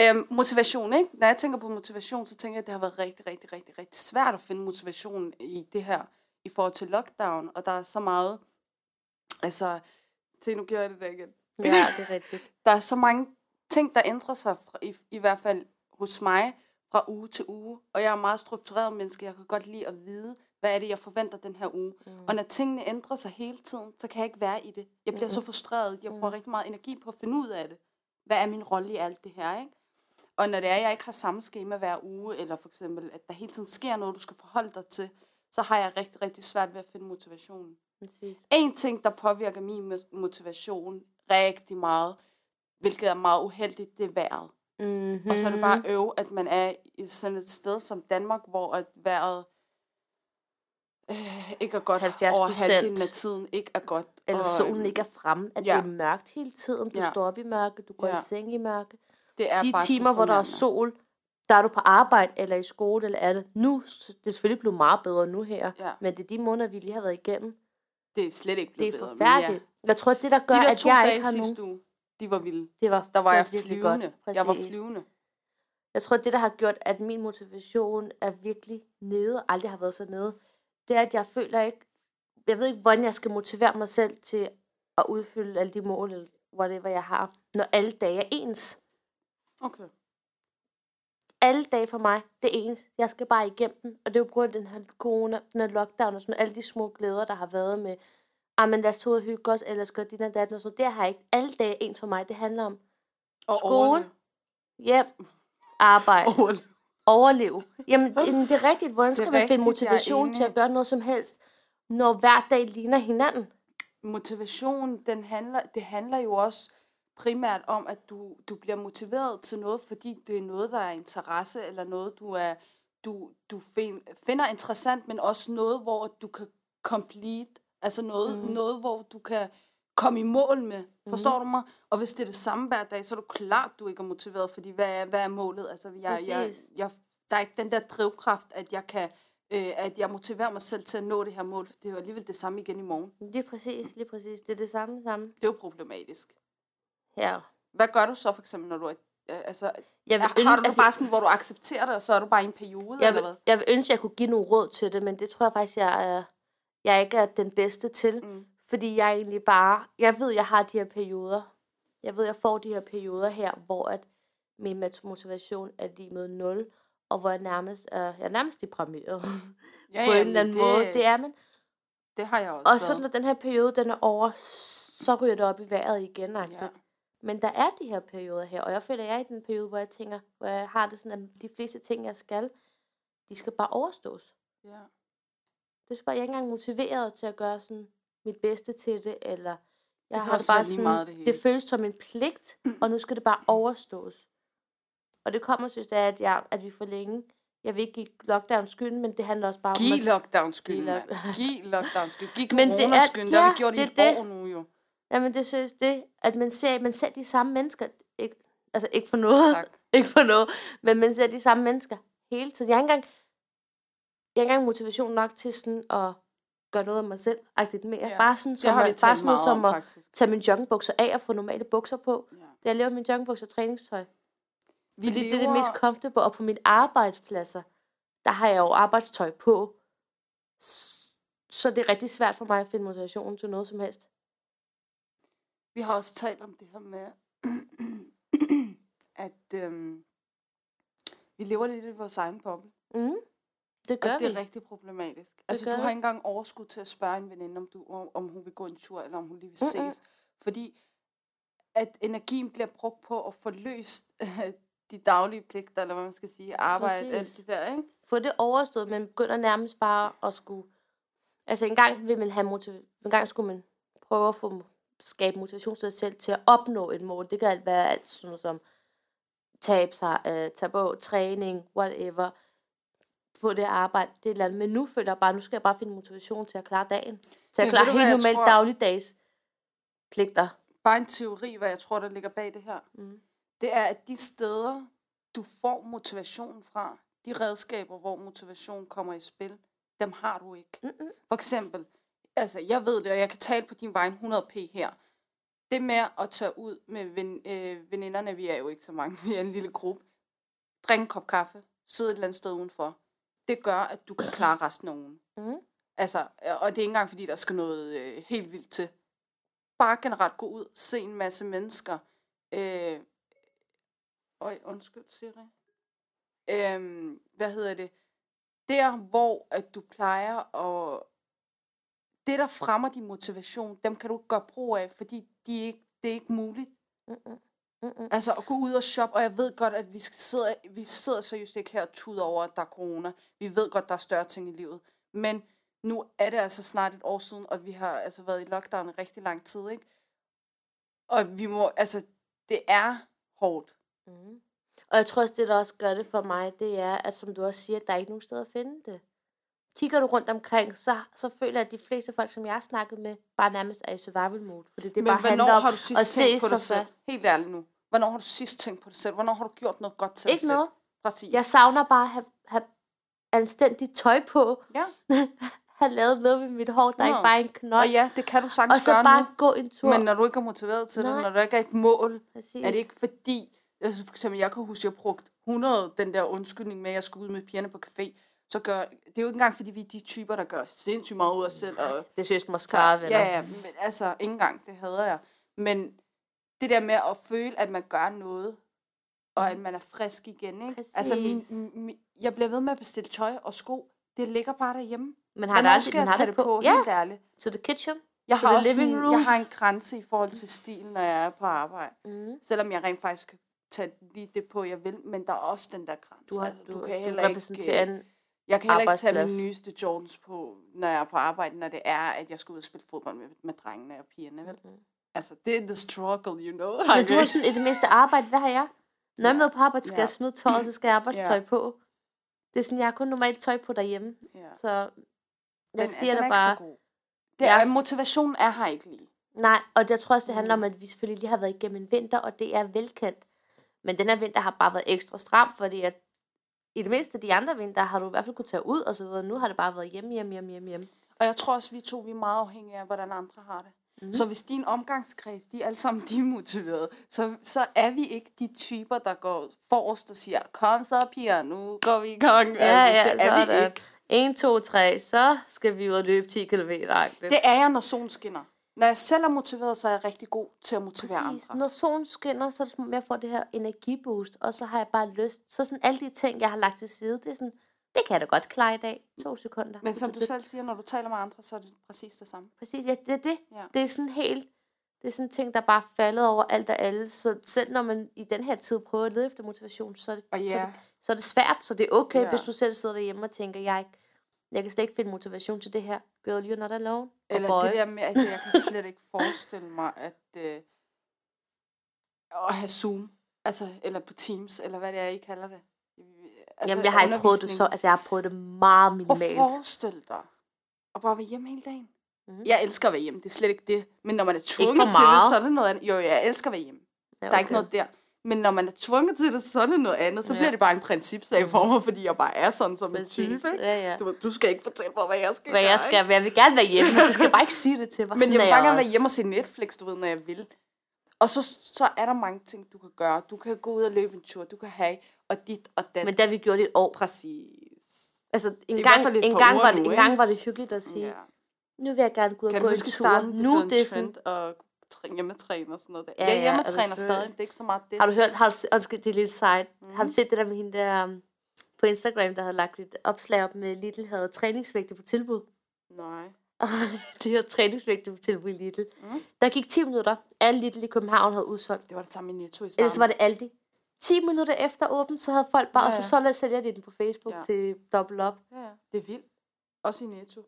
Speaker 2: Øhm, motivation, ikke? Når jeg tænker på motivation, så tænker jeg, at det har været rigtig, rigtig, rigtig, rigtig svært at finde motivationen i det her, i forhold til lockdown, og der er så meget, altså, se, nu gjorde jeg det der igen.
Speaker 3: Ja, det er rigtigt.
Speaker 2: der er så mange ting, der ændrer sig, fra, i, i hvert fald hos mig, fra uge til uge. Og jeg er en meget struktureret menneske. Jeg kan godt lide at vide, hvad er det, jeg forventer den her uge. Mm. Og når tingene ændrer sig hele tiden, så kan jeg ikke være i det. Jeg bliver mm. så frustreret. Jeg bruger rigtig meget energi på at finde ud af det. Hvad er min rolle i alt det her, ikke? Og når det er, at jeg ikke har samme schema hver uge, eller for eksempel, at der hele tiden sker noget, du skal forholde dig til, så har jeg rigtig, rigtig svært ved at finde motivationen.
Speaker 3: Præcis.
Speaker 2: En ting, der påvirker min mo- motivation rigtig meget, hvilket er meget uheldigt, det er vejret.
Speaker 3: Mm-hmm.
Speaker 2: Mm. Og så er det bare at øve, at man er i sådan et sted som Danmark, hvor at vejret øh, ikke er godt
Speaker 3: 70%.
Speaker 2: over halvdelen af tiden, ikke er godt.
Speaker 3: Eller
Speaker 2: og, øhm,
Speaker 3: solen ikke er fremme, at ja.
Speaker 2: ja.
Speaker 3: det er mørkt hele tiden. Du
Speaker 2: Ja.
Speaker 3: ja. står op i mørke, du går ja.
Speaker 2: Ja.
Speaker 3: i seng i mørke.
Speaker 2: Det er
Speaker 3: De
Speaker 2: faktisk
Speaker 3: timer, hvor der er
Speaker 2: deprimerende.
Speaker 3: sol, der er du på arbejde eller i skole eller andet. Nu, det er selvfølgelig blevet meget bedre nu her,
Speaker 2: Ja.
Speaker 3: men det er de måneder, vi lige har været igennem.
Speaker 2: Det er slet ikke
Speaker 3: Det
Speaker 2: blevet
Speaker 3: er
Speaker 2: bedre, men
Speaker 3: forfærdeligt. Ja. Jeg tror, det der gør,
Speaker 2: Ja. De der
Speaker 3: at
Speaker 2: to
Speaker 3: jeg
Speaker 2: dage
Speaker 3: ikke har nogen...
Speaker 2: sidste uge, de var vilde.
Speaker 3: Det var,
Speaker 2: Der var
Speaker 3: det
Speaker 2: jeg
Speaker 3: virkelig
Speaker 2: flyvende.
Speaker 3: Godt.
Speaker 2: jeg var
Speaker 3: Præcis.
Speaker 2: flyvende.
Speaker 3: Jeg tror, det, der har gjort, at min motivation er virkelig nede, og aldrig har været så nede, det er, at jeg føler ikke, jeg ved ikke, hvordan jeg skal motivere mig selv til at udfylde alle de mål, eller whatever jeg har, når alle dage er ens.
Speaker 2: Okay.
Speaker 3: Alle dage for mig, det er ens. Jeg skal bare igennem den, og det er jo på grund af den her corona, den her lockdown og sådan noget, alle de små glæder, der har været med, ah, men lad os tage ud og hygge os, eller skal din og datten og sådan noget. Det har jeg ikke. Alle dage er ens for mig. Det handler om
Speaker 2: Og
Speaker 3: skole,
Speaker 2: overleve.
Speaker 3: hjem, arbejde.
Speaker 2: Overleve.
Speaker 3: overleve. Jamen, det, jamen, det er rigtigt. Hvordan skal man
Speaker 2: rigtigt,
Speaker 3: finde
Speaker 2: jeg er
Speaker 3: motivation til
Speaker 2: enig.
Speaker 3: at gøre noget som helst, når hver dag ligner hinanden?
Speaker 2: motivation, den handler, det handler jo også primært om, at du, du bliver motiveret til noget, fordi det er noget, der er interesse, eller noget, du, er, du, du fin, finder interessant, men også noget, hvor du kan complete, altså noget, mm. noget hvor du kan komme i mål med. Forstår mm. du mig? Og hvis det er det samme hver dag, så er du klart, du ikke er motiveret, fordi hvad er, hvad er målet? Altså, jeg, jeg,
Speaker 3: Præcis.
Speaker 2: jeg, der er ikke den der drivkraft, at jeg kan øh, at jeg motiverer mig selv til at nå det her mål, for det er jo alligevel det samme igen i morgen.
Speaker 3: Lige præcis, lige præcis. Det er det samme, samme.
Speaker 2: Det er jo problematisk.
Speaker 3: Ja.
Speaker 2: Hvad gør du så for eksempel, når du er... øh, Altså,
Speaker 3: Jeg
Speaker 2: har
Speaker 3: vil,
Speaker 2: du
Speaker 3: ønske,
Speaker 2: det
Speaker 3: altså,
Speaker 2: bare sådan, hvor du accepterer det, og så er du bare i en periode,
Speaker 3: jeg,
Speaker 2: eller
Speaker 3: vil,
Speaker 2: hvad?
Speaker 3: jeg vil ønske, at jeg kunne give nogle råd til det, men det tror jeg faktisk, jeg, er, jeg ikke er den bedste til. Mm. Fordi jeg egentlig bare... Jeg ved, jeg har de her perioder. Jeg ved, jeg får de her perioder her, hvor at min mat- motivation er lige med 0, og hvor jeg nærmest er, jeg er nærmest deprimeret ja, på en eller anden
Speaker 2: det,
Speaker 3: det... måde. Det er man.
Speaker 2: det har jeg også.
Speaker 3: Og så når den her periode den er over, så ryger det op i vejret igen. Ja.
Speaker 2: Ja.
Speaker 3: Men der er de her perioder her, og jeg føler, at jeg er i den periode, hvor jeg tænker, hvor jeg har det sådan, at de fleste ting, jeg skal, de skal bare overstås.
Speaker 2: Ja.
Speaker 3: Det er bare, jeg er ikke engang motiveret til at gøre sådan mit bedste til det, eller jeg det
Speaker 2: kan
Speaker 3: har det
Speaker 2: også
Speaker 3: bare
Speaker 2: være lige
Speaker 3: sådan,
Speaker 2: meget, det
Speaker 3: det,
Speaker 2: hele. Mm.
Speaker 3: det føles som en pligt, og nu skal det bare overstås. Og det kommer, synes jeg, at, jeg, at vi for længe, jeg vil ikke give lockdown skylden, men det handler også bare
Speaker 2: Giv
Speaker 3: om, at-
Speaker 2: lockdown skyld,
Speaker 3: Giv
Speaker 2: mand.
Speaker 3: lock-
Speaker 2: Giv lockdown skyld. Giv
Speaker 3: Men det er-
Speaker 2: corona skyld. Det har vi
Speaker 3: ja,
Speaker 2: gjort i
Speaker 3: det
Speaker 2: et
Speaker 3: er det.
Speaker 2: år nu, jo.
Speaker 3: Jamen, det synes det, at man ser, man ser de samme mennesker, ikke Altså ikke for noget.
Speaker 2: Tak.
Speaker 3: ikke for noget. Men man ser de samme mennesker hele tiden. Jeg har ikke engang, jeg har ikke engang motivation nok til sådan at gøre noget af mig selv. Agtigt mere.
Speaker 2: Ja.
Speaker 3: Ja. Bare sådan,
Speaker 2: Det
Speaker 3: som,
Speaker 2: har vi
Speaker 3: at, bare
Speaker 2: talt
Speaker 3: sådan noget,
Speaker 2: meget
Speaker 3: som
Speaker 2: om,
Speaker 3: at
Speaker 2: faktisk.
Speaker 3: tage mine joggingbukser af og få normale bukser på.
Speaker 2: Ja.
Speaker 3: Da jeg laver mine joggingbukser og træningstøj.
Speaker 2: Vi
Speaker 3: Fordi det er det mest comfortable. Og på mine arbejdspladser, der har jeg jo arbejdstøj på. S- Så det er rigtig svært for mig at finde motivation til noget som helst.
Speaker 2: Vi har også talt om det her med, at øhm, vi lever lidt i vores egen boble.
Speaker 3: Mm. Det gør
Speaker 2: og det er
Speaker 3: vi.
Speaker 2: rigtig problematisk. Altså, du
Speaker 3: gør
Speaker 2: har
Speaker 3: vi.
Speaker 2: ikke engang overskud til at spørge en veninde, om, du, om- om hun vil gå en tur, eller om hun lige vil
Speaker 3: Mm-mm.
Speaker 2: ses. Fordi at energien bliver brugt på at få løst de daglige pligter, eller hvad man skal sige, arbejde, alt
Speaker 3: Præcis.
Speaker 2: det der, ikke?
Speaker 3: få det overstået, men begynder nærmest bare at skulle... Altså en gang vil man have motiv... En gang skulle man prøve at få skabe motivation til sig selv til at opnå et mål. Det kan alt være alt sådan noget som tabe sig, øh, tage på træning, whatever. Få det arbejde, det eller andet. Men nu føler jeg bare, nu skal jeg bare finde motivation til at klare dagen. Til
Speaker 2: Ja,
Speaker 3: at klare
Speaker 2: ved du, hvad
Speaker 3: helt
Speaker 2: jeg
Speaker 3: normalt
Speaker 2: tror?
Speaker 3: dagligdags pligter.
Speaker 2: Bare en teori, hvad jeg tror, der ligger bag det her.
Speaker 3: Mm.
Speaker 2: Det er, at de steder, du får motivation fra, de redskaber, hvor motivation kommer i spil, dem har du ikke.
Speaker 3: Mm-mm.
Speaker 2: For eksempel, altså jeg ved det, og jeg kan tale på din vegne 100p her. Det med at tage ud med ven, øh, veninderne, vi er jo ikke så mange, vi er en lille gruppe, drikke en kop kaffe, sidde et eller andet sted udenfor, det gør, at du kan klare resten af ugen.
Speaker 3: Mhm.
Speaker 2: Altså, øh, og det er ikke engang, fordi der skal noget øh, helt vildt til. Bare generelt gå ud, se en masse mennesker. Øh, øj, undskyld, Siri. Øhm, hvad hedder det? Der, hvor at du plejer at... Det, der fremmer din motivation, dem kan du ikke gøre brug af, fordi de er ikke, det er ikke muligt.
Speaker 3: Mm-mm. Mm-mm.
Speaker 2: Altså at gå ud og shoppe, og jeg ved godt, at vi skal sidder, vi sidder seriøst ikke her og tuder over, at der er corona. Vi ved godt, der er større ting i livet. Men nu er det altså snart et år siden, og vi har altså været i lockdown i rigtig lang tid, ikke? Og vi må, altså, det er hårdt.
Speaker 3: Mm. Og jeg tror også, det der også gør det for mig, det er, at som du også siger, der er ikke nogen steder at finde det. Kigger du rundt omkring, så, så føler jeg, at de fleste folk, som jeg har snakket med, bare nærmest er i survival mode. Fordi det
Speaker 2: Men
Speaker 3: bare handler
Speaker 2: hvornår
Speaker 3: om
Speaker 2: har du sidst
Speaker 3: at se
Speaker 2: tænkt på dig
Speaker 3: sig
Speaker 2: selv?
Speaker 3: selv.
Speaker 2: Helt ærligt nu. Hvornår har du sidst tænkt på dig selv? Hvornår har du gjort noget godt til dig
Speaker 3: Ikke
Speaker 2: selv?
Speaker 3: noget.
Speaker 2: Præcis.
Speaker 3: Jeg savner bare at have, have anstændigt tøj på.
Speaker 2: Ja.
Speaker 3: have lavet noget ved mit hår, der er
Speaker 2: Nå.
Speaker 3: ikke bare er en knold.
Speaker 2: Og ja, det kan du
Speaker 3: og
Speaker 2: sagtens
Speaker 3: så
Speaker 2: gøre
Speaker 3: bare
Speaker 2: nu.
Speaker 3: gå en tur.
Speaker 2: Men øh, når du ikke er motiveret til det,
Speaker 3: Nej.
Speaker 2: når der ikke er et mål,
Speaker 3: Præcis.
Speaker 2: Er det ikke fordi, altså for eksempel, jeg kan huske, at jeg brugte 100 den der undskyldning med, at jeg skulle ud med pigerne på café, så gør, det er jo ikke engang, fordi vi er de typer, der gør sindssygt meget ud af os selv. Og,
Speaker 3: Det synes jeg måske
Speaker 2: så,
Speaker 3: skarve,
Speaker 2: ja, ja, men altså, ikke engang, det hader jeg. Men det der med at føle, at man gør noget, og at man er frisk igen, ikke? Altså, min,
Speaker 3: Præcis.
Speaker 2: min, jeg bliver ved med at bestille tøj og sko, det ligger bare derhjemme.
Speaker 3: Man har
Speaker 2: Hvornår
Speaker 3: det aldrig,
Speaker 2: skal jeg
Speaker 3: man har
Speaker 2: tage
Speaker 3: det på.
Speaker 2: ja.
Speaker 3: Ja,
Speaker 2: helt ærligt?
Speaker 3: to the kitchen.
Speaker 2: Jeg
Speaker 3: To
Speaker 2: har,
Speaker 3: the
Speaker 2: også
Speaker 3: living
Speaker 2: sådan,
Speaker 3: room.
Speaker 2: jeg har en grænse i forhold til stilen, når jeg er på arbejde.
Speaker 3: Mm.
Speaker 2: Selvom jeg rent faktisk kan tage lige det på, jeg vil, men der er også den der grænse.
Speaker 3: Du, har,
Speaker 2: Altså,
Speaker 3: du, du,
Speaker 2: kan
Speaker 3: du
Speaker 2: heller ikke,
Speaker 3: repræsenterer
Speaker 2: øh,
Speaker 3: en
Speaker 2: jeg kan heller ikke tage
Speaker 3: arbejdsplads.
Speaker 2: mine nyeste Jordans på, når jeg er på arbejde, når det er, at jeg skal ud og spille fodbold med, med drengene og pigerne. Vel? Mm-hmm. Altså, det er the struggle, you know.
Speaker 3: Men du har sådan i det mindste arbejde. Hvad har jeg? Når jeg er med på arbejde, skal
Speaker 2: Ja.
Speaker 3: jeg smide tøjet, så skal jeg have arbejdstøj på. Det er sådan, jeg har kun normalt tøj på derhjemme.
Speaker 2: ja.
Speaker 3: Så
Speaker 2: Den,
Speaker 3: jeg
Speaker 2: er-
Speaker 3: siger
Speaker 2: den
Speaker 3: dig
Speaker 2: er ikke
Speaker 3: bare,
Speaker 2: så god. Det er,
Speaker 3: Ja.
Speaker 2: Motivationen er her ikke lige.
Speaker 3: nej. Og jeg tror også, det
Speaker 2: Mm.
Speaker 3: handler om, at vi selvfølgelig lige har været igennem en vinter, og det er velkendt. Men den her vinter har bare været ekstra stram, fordi at i det mindste de andre vinter har du i hvert fald kunne tage ud og så videre. Nu har det bare været hjemme, hjemme, hjemme, hjemme, hjemme.
Speaker 2: Og jeg tror også, vi to vi er meget afhængige af, hvordan andre har det.
Speaker 3: Mhm.
Speaker 2: Mm. Så hvis din omgangskreds, de er alle sammen de er motiverede, så, så er vi ikke de typer, der går forrest og siger, kom så piger, nu går vi i gang. Altså,
Speaker 3: Ja, ja,
Speaker 2: det er vi
Speaker 3: sådan.
Speaker 2: ikke.
Speaker 3: 1, 2, 3, så skal vi ud og løbe 10 km.
Speaker 2: Det er jeg, når solen skinner. Når jeg selv er motiveret, så er jeg rigtig god til at motivere
Speaker 3: Præcis.
Speaker 2: andre.
Speaker 3: Når solen skinner, så er det som om, jeg får det her energiboost, og så har jeg bare lyst. Så sådan alle de ting, jeg har lagt til side, det er sådan, det kan jeg da godt klare i dag. To sekunder.
Speaker 2: Men som du selv siger, når du taler med andre, så er det præcis det samme.
Speaker 3: Præcis, ja, det er det.
Speaker 2: Ja.
Speaker 3: Det er sådan helt, det er sådan ting, der bare er faldet over alt og alle. Så selv når man i den her tid prøver at lede efter motivation, så er det,
Speaker 2: Og
Speaker 3: så er
Speaker 2: ja,
Speaker 3: det, så er det svært. Så det er okay,
Speaker 2: Ja.
Speaker 3: hvis du selv sidder derhjemme og tænker, jeg, er ikke- jeg kan slet ikke finde motivation til det her. Girl, you're not alone. Og
Speaker 2: Eller
Speaker 3: boy.
Speaker 2: det der med, at jeg kan slet ikke forestille mig, at, øh, at have Zoom, altså, eller på Teams, eller hvad det er, I kalder det. Altså,
Speaker 3: Jamen, jeg har ikke prøvet det så, altså jeg har prøvet det meget
Speaker 2: Prøv at
Speaker 3: minimalt.
Speaker 2: forestille dig, at bare være hjemme hele dagen.
Speaker 3: Mhm.
Speaker 2: Mm. Jeg elsker at være hjemme, det er slet ikke det. Men når man er tvunget
Speaker 3: for
Speaker 2: til det,
Speaker 3: meget.
Speaker 2: så er det noget andet. Jo, jeg elsker at være hjemme.
Speaker 3: Ja,
Speaker 2: Der er ikke
Speaker 3: okay.
Speaker 2: noget der. Men når man er tvunget til det, så er det noget andet. Så
Speaker 3: Ja.
Speaker 2: bliver det bare en principsag for mig, fordi jeg bare er sådan som en
Speaker 3: Præcis.
Speaker 2: type. ikke?
Speaker 3: Ja, ja.
Speaker 2: Du, ved, du skal ikke fortælle mig, hvad jeg skal
Speaker 3: Hvad
Speaker 2: gøre,
Speaker 3: jeg
Speaker 2: ikke?
Speaker 3: skal, men jeg vil gerne være hjemme. Du skal bare ikke sige det til mig.
Speaker 2: Men jeg
Speaker 3: Sådan
Speaker 2: vil
Speaker 3: er
Speaker 2: bare gerne være
Speaker 3: også.
Speaker 2: hjemme og se Netflix, du ved, når jeg vil. Og så, så er der mange ting, du kan gøre. Du kan gå ud og løbe en tur, du kan have, og dit og dat.
Speaker 3: Men da vi gjorde det et år,
Speaker 2: Præcis.
Speaker 3: altså en
Speaker 2: hvert
Speaker 3: gang,
Speaker 2: fald et
Speaker 3: en
Speaker 2: par
Speaker 3: gang,
Speaker 2: uger
Speaker 3: var det,
Speaker 2: nu,
Speaker 3: en
Speaker 2: ikke?
Speaker 3: gang var det hyggeligt at sige,
Speaker 2: Ja.
Speaker 3: ja. nu vil jeg gerne gå ud og
Speaker 2: Kan
Speaker 3: gå
Speaker 2: du
Speaker 3: en
Speaker 2: huske
Speaker 3: tur.
Speaker 2: skolen? Det
Speaker 3: Nu
Speaker 2: blev
Speaker 3: det er
Speaker 2: en
Speaker 3: sådan,
Speaker 2: trend og træ- hjemmetræne og sådan noget. Der.
Speaker 3: Ja,
Speaker 2: Ja,
Speaker 3: ja,
Speaker 2: jeg hjemmetræner
Speaker 3: og det er
Speaker 2: stadig, det er ikke så meget det.
Speaker 3: har du hørt, har du, se- undskyld, det er lidt sejt, mm.
Speaker 2: Mhm.
Speaker 3: har du set det der med hende der um, på Instagram, der havde lagt et opslag op med, Lidl havde træningsvægte på tilbud.
Speaker 2: Nej.
Speaker 3: Og det her træningsvægte på tilbud i Lidl. Mm. Der gik 10 minutter, alle Lidl i København havde udsolgt.
Speaker 2: Mhm. Det var det samme i Netto i starten.
Speaker 3: Ellers var det Aldi. 10 minutter efter åben, så havde folk bare, ja,
Speaker 2: Ja,
Speaker 3: og så
Speaker 2: ja.
Speaker 3: solgte sælger de den på Facebook ja.
Speaker 2: Ja.
Speaker 3: til dobbelt op.
Speaker 2: Ja, ja. det er vildt. Også i Netto. Det,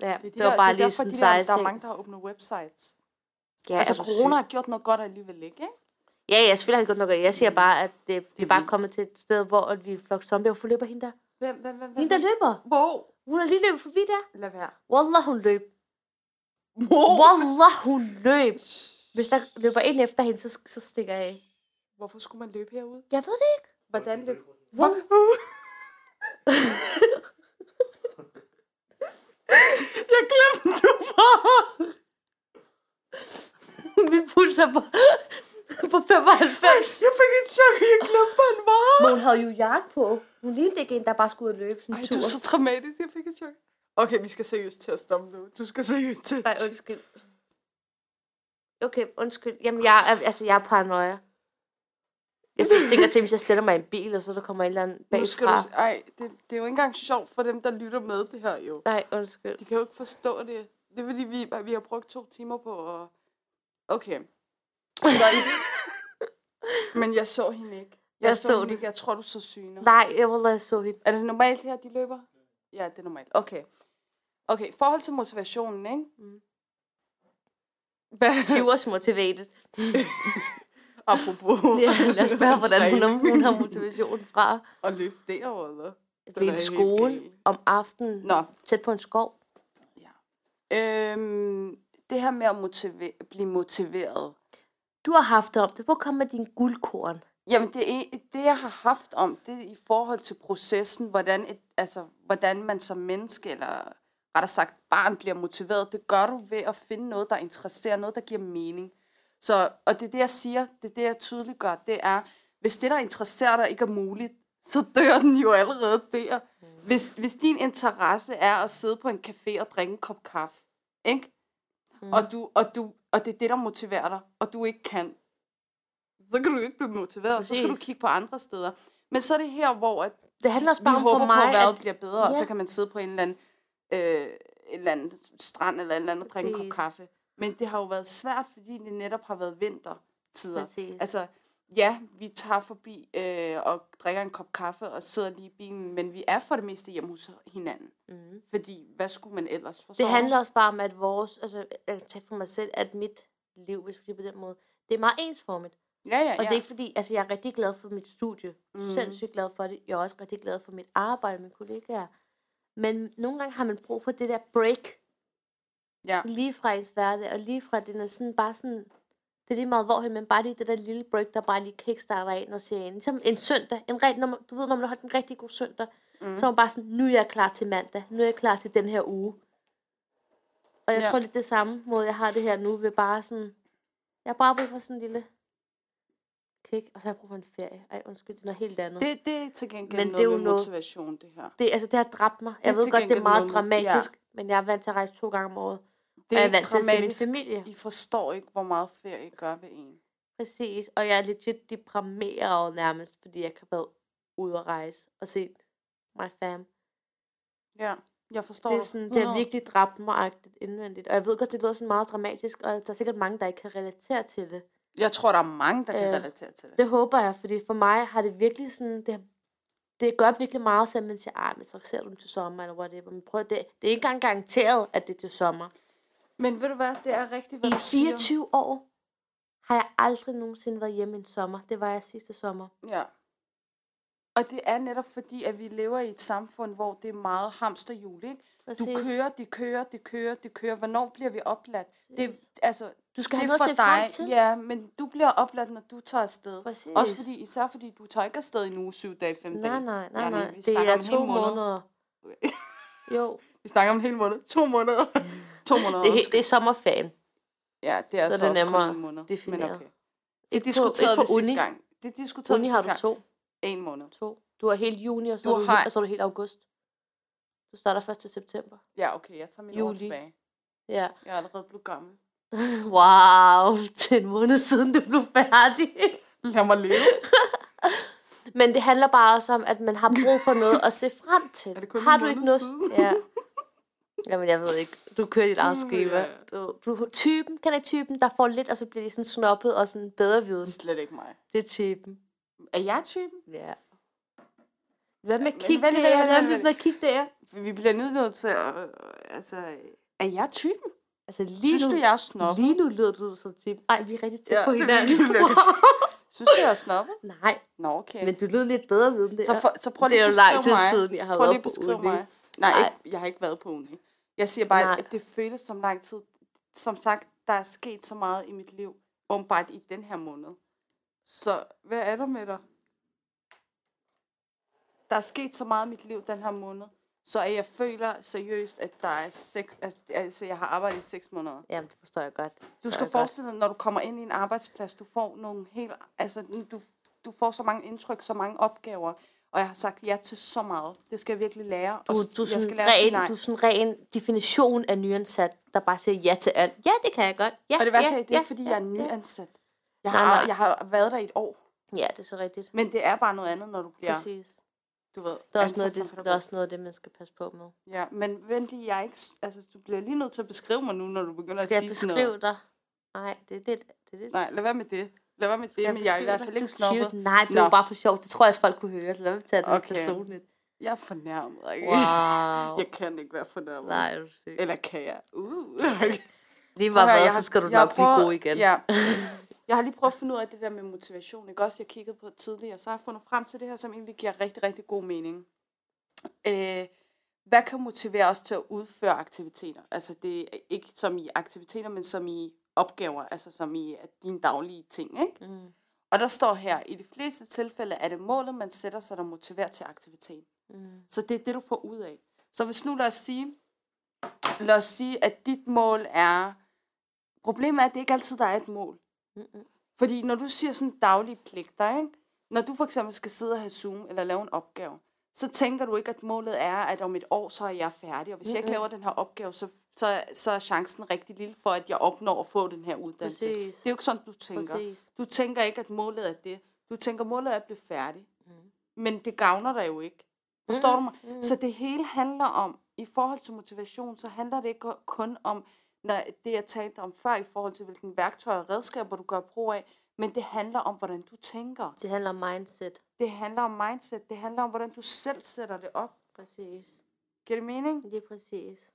Speaker 3: Ja,
Speaker 2: er
Speaker 3: det,
Speaker 2: de
Speaker 3: det var
Speaker 2: der-
Speaker 3: bare
Speaker 2: det er
Speaker 3: lige
Speaker 2: derfor,
Speaker 3: sådan
Speaker 2: de
Speaker 3: en
Speaker 2: der,
Speaker 3: sej
Speaker 2: der er
Speaker 3: ting.
Speaker 2: mange, der har åbnet websites.
Speaker 3: Ja,
Speaker 2: Ja, altså,
Speaker 3: er du
Speaker 2: corona
Speaker 3: syg?
Speaker 2: har gjort noget godt alligevel, ikke? ikke?
Speaker 3: Ja, ja, selvfølgelig har det godt nok. Jeg siger bare, at det, vi er bare kommet til et sted, hvor at vi er en flok zombie. Hvorfor løber hende der?
Speaker 2: Hvem, hvem, hvem?
Speaker 3: Hende der løber.
Speaker 2: Wow.
Speaker 3: Hun er lige løbet forbi der.
Speaker 2: Lad være.
Speaker 3: Wallah, hun løb.
Speaker 2: Wow.
Speaker 3: Wallah, hun løb. Hvis der løber en efter hende, så, så stikker jeg af.
Speaker 2: Hvorfor skulle man løbe herude?
Speaker 3: Jeg ved det ikke.
Speaker 2: Hvordan løb?
Speaker 3: Wallah.
Speaker 2: Jeg glemte det bare.
Speaker 3: Min puls er på, på 95.
Speaker 2: Jeg fik et chok, jeg glemte bare en vare.
Speaker 3: Men hun havde jo jakke på. Hun lignede ikke en, der bare skulle ud og løbe sådan
Speaker 2: Ej,
Speaker 3: en
Speaker 2: du
Speaker 3: tur.
Speaker 2: er så dramatisk, jeg fik et chok. Okay, vi skal seriøst til at stoppe nu. Du skal seriøst til at...
Speaker 3: Nej, undskyld. Okay, undskyld. Jamen, jeg er, altså, jeg er paranoia. Jeg tænker til, hvis jeg sætter mig i en bil, og så der kommer en eller anden
Speaker 2: Nu skal du...
Speaker 3: bagfra.
Speaker 2: Ej, det, det er jo ikke engang sjovt for dem, der lytter med det her, jo.
Speaker 3: Nej, undskyld.
Speaker 2: De kan jo ikke forstå det. Det er fordi, vi, vi har brugt to timer på at... Okay. Så I... Men jeg så hende ikke. Jeg,
Speaker 3: Hvad
Speaker 2: så,
Speaker 3: så
Speaker 2: hende
Speaker 3: du?
Speaker 2: ikke. Jeg tror, du så syner.
Speaker 3: Nej, jeg vil lade så hende.
Speaker 2: Er det normalt her, de løber? Ja, det er normalt. Okay. Okay, i forhold til motivationen, ikke? Mm. Hvad?
Speaker 3: Sivers motivated.
Speaker 2: Apropos.
Speaker 3: Ja, lad os spørge, hvordan hun har, hun har motivation fra.
Speaker 2: Og løbe derovre, eller? Den
Speaker 3: Ved
Speaker 2: er
Speaker 3: en
Speaker 2: helt
Speaker 3: skole
Speaker 2: gal.
Speaker 3: om aftenen,
Speaker 2: Nå.
Speaker 3: tæt på en skov.
Speaker 2: Øhm, det her med at motive- blive motiveret.
Speaker 3: Du har haft det om det. Hvor kommer din guldkorn?
Speaker 2: Jamen, det, er, e-, det, jeg har haft om, det er i forhold til processen, hvordan, et, altså, hvordan man som menneske, eller rettere sagt barn, bliver motiveret. Det gør du ved at finde noget, der interesserer, noget, der giver mening. Så, og det er det, jeg siger, det er det, jeg tydeligt gør, det er, hvis det, der interesserer dig, ikke er muligt, så dør den jo allerede der. Hvis, hvis din interesse er at sidde på en café og drikke en kop kaffe, ikke? Mm. Og, du, og, du, og det er det, der motiverer dig, og du ikke kan, så kan du jo ikke blive motiveret, Præcis. så skal du
Speaker 3: Præcis.
Speaker 2: kigge på andre steder. Men så er det her, hvor at
Speaker 3: Det handler også
Speaker 2: vi
Speaker 3: bare om
Speaker 2: håber
Speaker 3: for mig,
Speaker 2: på, at vejret
Speaker 3: at...
Speaker 2: bliver bedre, ja. og
Speaker 3: Ja.
Speaker 2: så kan man sidde på en eller anden, øh, en eller anden strand eller en eller anden og drikke en kop
Speaker 3: Præcis.
Speaker 2: kaffe. Men det har jo været svært, fordi det netop har været vintertider.
Speaker 3: Præcis.
Speaker 2: Altså, ja, vi tager forbi øh, og drikker en kop kaffe og sidder lige i bilen, men vi er for det meste hjemme hos hinanden. Mm. Fordi, hvad skulle man ellers forstå?
Speaker 3: Det handler også bare om, at vores... Altså, jeg kan tage for mig selv, at mit liv, hvis vi siger på den måde, det er meget ensformigt.
Speaker 2: Ja, ja, ja.
Speaker 3: Og det er ikke fordi... Altså, jeg er rigtig glad for mit studie. Mm. Sindssygt glad for det. Jeg er også rigtig glad for mit arbejde, mine kollegaer. Men nogle gange har man brug for det der break,
Speaker 2: ja.
Speaker 3: lige fra ens hverdag, og lige fra den er sådan bare sådan, det er lige meget hvorhen, men bare lige det der lille break, der bare lige kickstarter en og siger en, ligesom en søndag, en rigtig, når man, du ved, når man har den rigtig god søndag, mm. så er man bare sådan, nu er jeg klar til mandag, nu er jeg klar til den her uge. Og jeg
Speaker 2: Ja.
Speaker 3: ja. tror lidt det samme måde, jeg har det her nu, ved bare sådan, jeg har bare brug for sådan en lille kick, og så har jeg brug for en ferie. Ej, undskyld, det er noget helt andet. Det,
Speaker 2: Det, det er til gengæld
Speaker 3: Men
Speaker 2: men
Speaker 3: det
Speaker 2: noget
Speaker 3: er jo
Speaker 2: med
Speaker 3: noget-
Speaker 2: motivation, det her.
Speaker 3: det, altså, det har dræbt mig. Jeg
Speaker 2: er
Speaker 3: ved
Speaker 2: til
Speaker 3: godt, det er
Speaker 2: gengæld
Speaker 3: meget
Speaker 2: noget-
Speaker 3: dramatisk, ja. men jeg er vant til at rejse to gange om året.
Speaker 2: Det
Speaker 3: Og jeg
Speaker 2: er
Speaker 3: er vant
Speaker 2: ikke
Speaker 3: til at se min
Speaker 2: dramatisk.
Speaker 3: familie.
Speaker 2: I forstår ikke, hvor meget ferie gør ved en.
Speaker 3: Præcis, og jeg er legit deprimeret nærmest, fordi jeg ikke har været ude at rejse og se my fam.
Speaker 2: Ja, jeg forstår
Speaker 3: Det er,
Speaker 2: dig
Speaker 3: sådan, det har
Speaker 2: 100.
Speaker 3: virkelig dræbt mig agtigt indvendigt. Og jeg ved godt, det lyder sådan meget dramatisk, og der er sikkert mange, der ikke kan relatere til det.
Speaker 2: Jeg tror, der er mange, der kan
Speaker 3: Øh,
Speaker 2: relatere til det.
Speaker 3: Det håber jeg, fordi for mig har det virkelig sådan, det, har- det gør virkelig meget, selvom man siger, ej, men så ser du dem til sommer, eller whatever. Men prøv, det, det er ikke engang garanteret, at det er til sommer.
Speaker 2: Men ved du hvad, det er rigtigt, hvad
Speaker 3: I
Speaker 2: du siger.
Speaker 3: 24 år har jeg aldrig nogensinde været hjemme en sommer. Det var jeg sidste sommer.
Speaker 2: Ja. Og det er netop fordi, at vi lever i et samfund, hvor det er meget hamsterhjul, ikke? Du
Speaker 3: præcis.
Speaker 2: kører, de kører, de kører, de kører. Hvornår bliver vi opladt? Det, altså,
Speaker 3: Du skal have
Speaker 2: det
Speaker 3: noget
Speaker 2: er
Speaker 3: at se
Speaker 2: for
Speaker 3: frem
Speaker 2: dig.
Speaker 3: til.
Speaker 2: Ja, men du bliver opladt, når du tager afsted.
Speaker 3: Præcis.
Speaker 2: Også fordi, især fordi du tager ikke afsted i en uge, syv dage, fem
Speaker 3: Nej,
Speaker 2: dage.
Speaker 3: nej, nej,
Speaker 2: Ja, men
Speaker 3: nej.
Speaker 2: vi
Speaker 3: Det
Speaker 2: snakker
Speaker 3: er
Speaker 2: om en hel
Speaker 3: to
Speaker 2: måned.
Speaker 3: måneder. Jo,
Speaker 2: Vi snakker om en hel måned. To måneder. to måneder.
Speaker 3: det er, he-
Speaker 2: undskyld.
Speaker 3: det er sommerferien.
Speaker 2: ja, det er
Speaker 3: så
Speaker 2: så,
Speaker 3: er
Speaker 2: så
Speaker 3: det
Speaker 2: også
Speaker 3: nemmere
Speaker 2: kun en måned.
Speaker 3: at definere.
Speaker 2: Men okay. Det
Speaker 3: Ikke
Speaker 2: diskuterede vi
Speaker 3: på, ikke på uni.
Speaker 2: sidste gang. Det diskuterede
Speaker 3: Uni
Speaker 2: vi
Speaker 3: har
Speaker 2: sidste
Speaker 3: du
Speaker 2: gang.
Speaker 3: to.
Speaker 2: En måned.
Speaker 3: to. Du har helt juni, og så,
Speaker 2: Du
Speaker 3: du er, du,
Speaker 2: har-
Speaker 3: helt- og så er du helt august. Du starter 1. september.
Speaker 2: Ja, okay, jeg tager min ord
Speaker 3: Juli.
Speaker 2: tilbage.
Speaker 3: Ja.
Speaker 2: Jeg er allerede blevet gammel.
Speaker 3: Wow, det er en måned siden, du blev færdig.
Speaker 2: Lad mig leve.
Speaker 3: Men det handler bare også om, at man har brug for noget at se frem til.
Speaker 2: Er det kun en
Speaker 3: har du
Speaker 2: måned
Speaker 3: ikke noget...
Speaker 2: siden?
Speaker 3: Ja. Jamen, jeg ved ikke. Du kører dit eget
Speaker 2: Mm,
Speaker 3: schema.
Speaker 2: ja.
Speaker 3: Du, du, typen, kan ikke typen, der får lidt, og så bliver de sådan snoppet og sådan bedre viden.
Speaker 2: Slet ikke mig.
Speaker 3: Det er typen.
Speaker 2: Er jeg typen?
Speaker 3: Ja. Hvad med
Speaker 2: men vent,
Speaker 3: kig
Speaker 2: vent,
Speaker 3: der?
Speaker 2: vent,
Speaker 3: Hvad
Speaker 2: vent,
Speaker 3: med kig der?
Speaker 2: Vi bliver nødt til at... Altså, er jeg typen?
Speaker 3: Altså, lige
Speaker 2: Synes
Speaker 3: nu,
Speaker 2: du, jeg er snobbet?
Speaker 3: lige nu lyder du som typen. Ej, vi er rigtig tæt
Speaker 2: Ja,
Speaker 3: på
Speaker 2: det er
Speaker 3: hinanden.
Speaker 2: virkelig lidt. Synes du, jeg er snobbet?
Speaker 3: Nej,
Speaker 2: Nå, okay.
Speaker 3: men du lød lidt bedre ved det.
Speaker 2: så, for, så prøv
Speaker 3: det
Speaker 2: lige at
Speaker 3: er jo
Speaker 2: beskrive
Speaker 3: lang tid
Speaker 2: mig.
Speaker 3: siden, jeg har
Speaker 2: prøv
Speaker 3: været
Speaker 2: lige at
Speaker 3: på
Speaker 2: beskrive
Speaker 3: uni.
Speaker 2: mig. Nej,
Speaker 3: Nej.
Speaker 2: Ikke, jeg har ikke været på uni. Jeg siger bare,
Speaker 3: Nej.
Speaker 2: at det føles som lang tid. Som sagt, der er sket så meget i mit liv, åbenbart i den her måned. Så hvad er der med dig? Der er sket så meget i mit liv den her måned, så at jeg føler seriøst, at der er seks, altså, altså jeg har arbejdet i seks måneder.
Speaker 3: Jamen, det forstår jeg godt. Det
Speaker 2: Du
Speaker 3: forstår
Speaker 2: skal
Speaker 3: jeg godt.
Speaker 2: forestille dig, når du kommer ind i en arbejdsplads, du får nogle helt, altså du, du får så mange indtryk, så mange opgaver, og jeg har sagt ja til så meget. Det skal jeg virkelig lære. og
Speaker 3: Du,
Speaker 2: s-
Speaker 3: du, er
Speaker 2: jeg
Speaker 3: sådan
Speaker 2: at sige
Speaker 3: ren, du er sådan ren definition af nyansat, der bare siger ja til alt. Ja, det kan jeg godt. Ja,
Speaker 2: Og det værste
Speaker 3: ja,
Speaker 2: er, det er
Speaker 3: ja,
Speaker 2: ikke, fordi
Speaker 3: ja,
Speaker 2: jeg er nyansat. Jeg
Speaker 3: Nej,
Speaker 2: har,
Speaker 3: nej.
Speaker 2: jeg har været der i et år,
Speaker 3: Ja. ja, det er så rigtigt.
Speaker 2: men det er bare noget andet, når du
Speaker 3: Ja.
Speaker 2: bliver,
Speaker 3: Præcis.
Speaker 2: du ved,
Speaker 3: Der er, også
Speaker 2: ansat
Speaker 3: noget,
Speaker 2: som
Speaker 3: det, der er
Speaker 2: pædagog.
Speaker 3: også noget af det, man skal passe på med.
Speaker 2: Ja, men vent lige, jeg er ikke, s- altså du bliver lige nødt til at beskrive mig nu, når du begynder
Speaker 3: Skal
Speaker 2: at
Speaker 3: jeg
Speaker 2: sige sådan noget.
Speaker 3: beskrive dig? Nej, det er lidt... Det er lidt
Speaker 2: Nej, lad være med det. Lad være med det, men jeg er i
Speaker 3: beskrive
Speaker 2: hvert
Speaker 3: dig?
Speaker 2: fald ikke
Speaker 3: Du er cute.
Speaker 2: snobbet.
Speaker 3: Nej, det
Speaker 2: Nå.
Speaker 3: var bare for sjovt. Det tror jeg også, folk kunne høre. Så lad mig tage det
Speaker 2: Okay.
Speaker 3: okay. personligt.
Speaker 2: Jeg er fornærmet, ikke?
Speaker 3: Wow.
Speaker 2: Jeg kan ikke være fornærmet.
Speaker 3: Nej, er du syg.
Speaker 2: Eller kan jeg? Uh.
Speaker 3: Lige meget
Speaker 2: Prøv at høre,
Speaker 3: hvad,
Speaker 2: jeg
Speaker 3: så
Speaker 2: har-
Speaker 3: skal du
Speaker 2: jeg har
Speaker 3: nok blive
Speaker 2: prøvet-
Speaker 3: god igen.
Speaker 2: Ja. Jeg har lige prøvet at finde ud af det der med motivation. Ikke også, jeg kiggede på tidligere, så har jeg fundet frem til det her, som egentlig giver rigtig, rigtig god mening. Øh, hvad kan motivere os til at udføre aktiviteter? Altså det er ikke som i aktiviteter, men som i opgaver, altså som i at dine daglige ting. Ikke?
Speaker 3: Mm.
Speaker 2: Og der står her, i de fleste tilfælde er det målet, man sætter sig, der motiverer til aktiviteten.
Speaker 3: Mm.
Speaker 2: Så det er det, du får ud af. Så hvis nu lad os sige, lad os sige at dit mål er... Problemet er, at det ikke altid der er et mål.
Speaker 3: Mm-mm.
Speaker 2: Fordi når du siger sådan daglige pligter, ikke? når du for eksempel skal sidde og have Zoom eller lave en opgave, så tænker du ikke, at målet er, at om et år, så er jeg færdig, og hvis jeg ikke laver den her opgave, så, så, så er chancen rigtig lille for, at jeg opnår at få den her uddannelse.
Speaker 3: Præcis.
Speaker 2: Det er jo ikke sådan, du tænker.
Speaker 3: Præcis.
Speaker 2: Du tænker ikke, at målet er det. Du tænker, målet er at blive færdig. Mm. Men det gavner dig jo ikke. Forstår mm. du mig? Mm. Så det hele handler om, i forhold til motivation, så handler det ikke kun om når det, jeg talte om før, i forhold til, hvilken værktøjer og redskaber, du gør brug af, men det handler om, hvordan du tænker.
Speaker 3: Det handler om mindset.
Speaker 2: Det handler om mindset. Det handler om, hvordan du selv sætter det op.
Speaker 3: Præcis.
Speaker 2: Giver det mening?
Speaker 3: Det er præcis.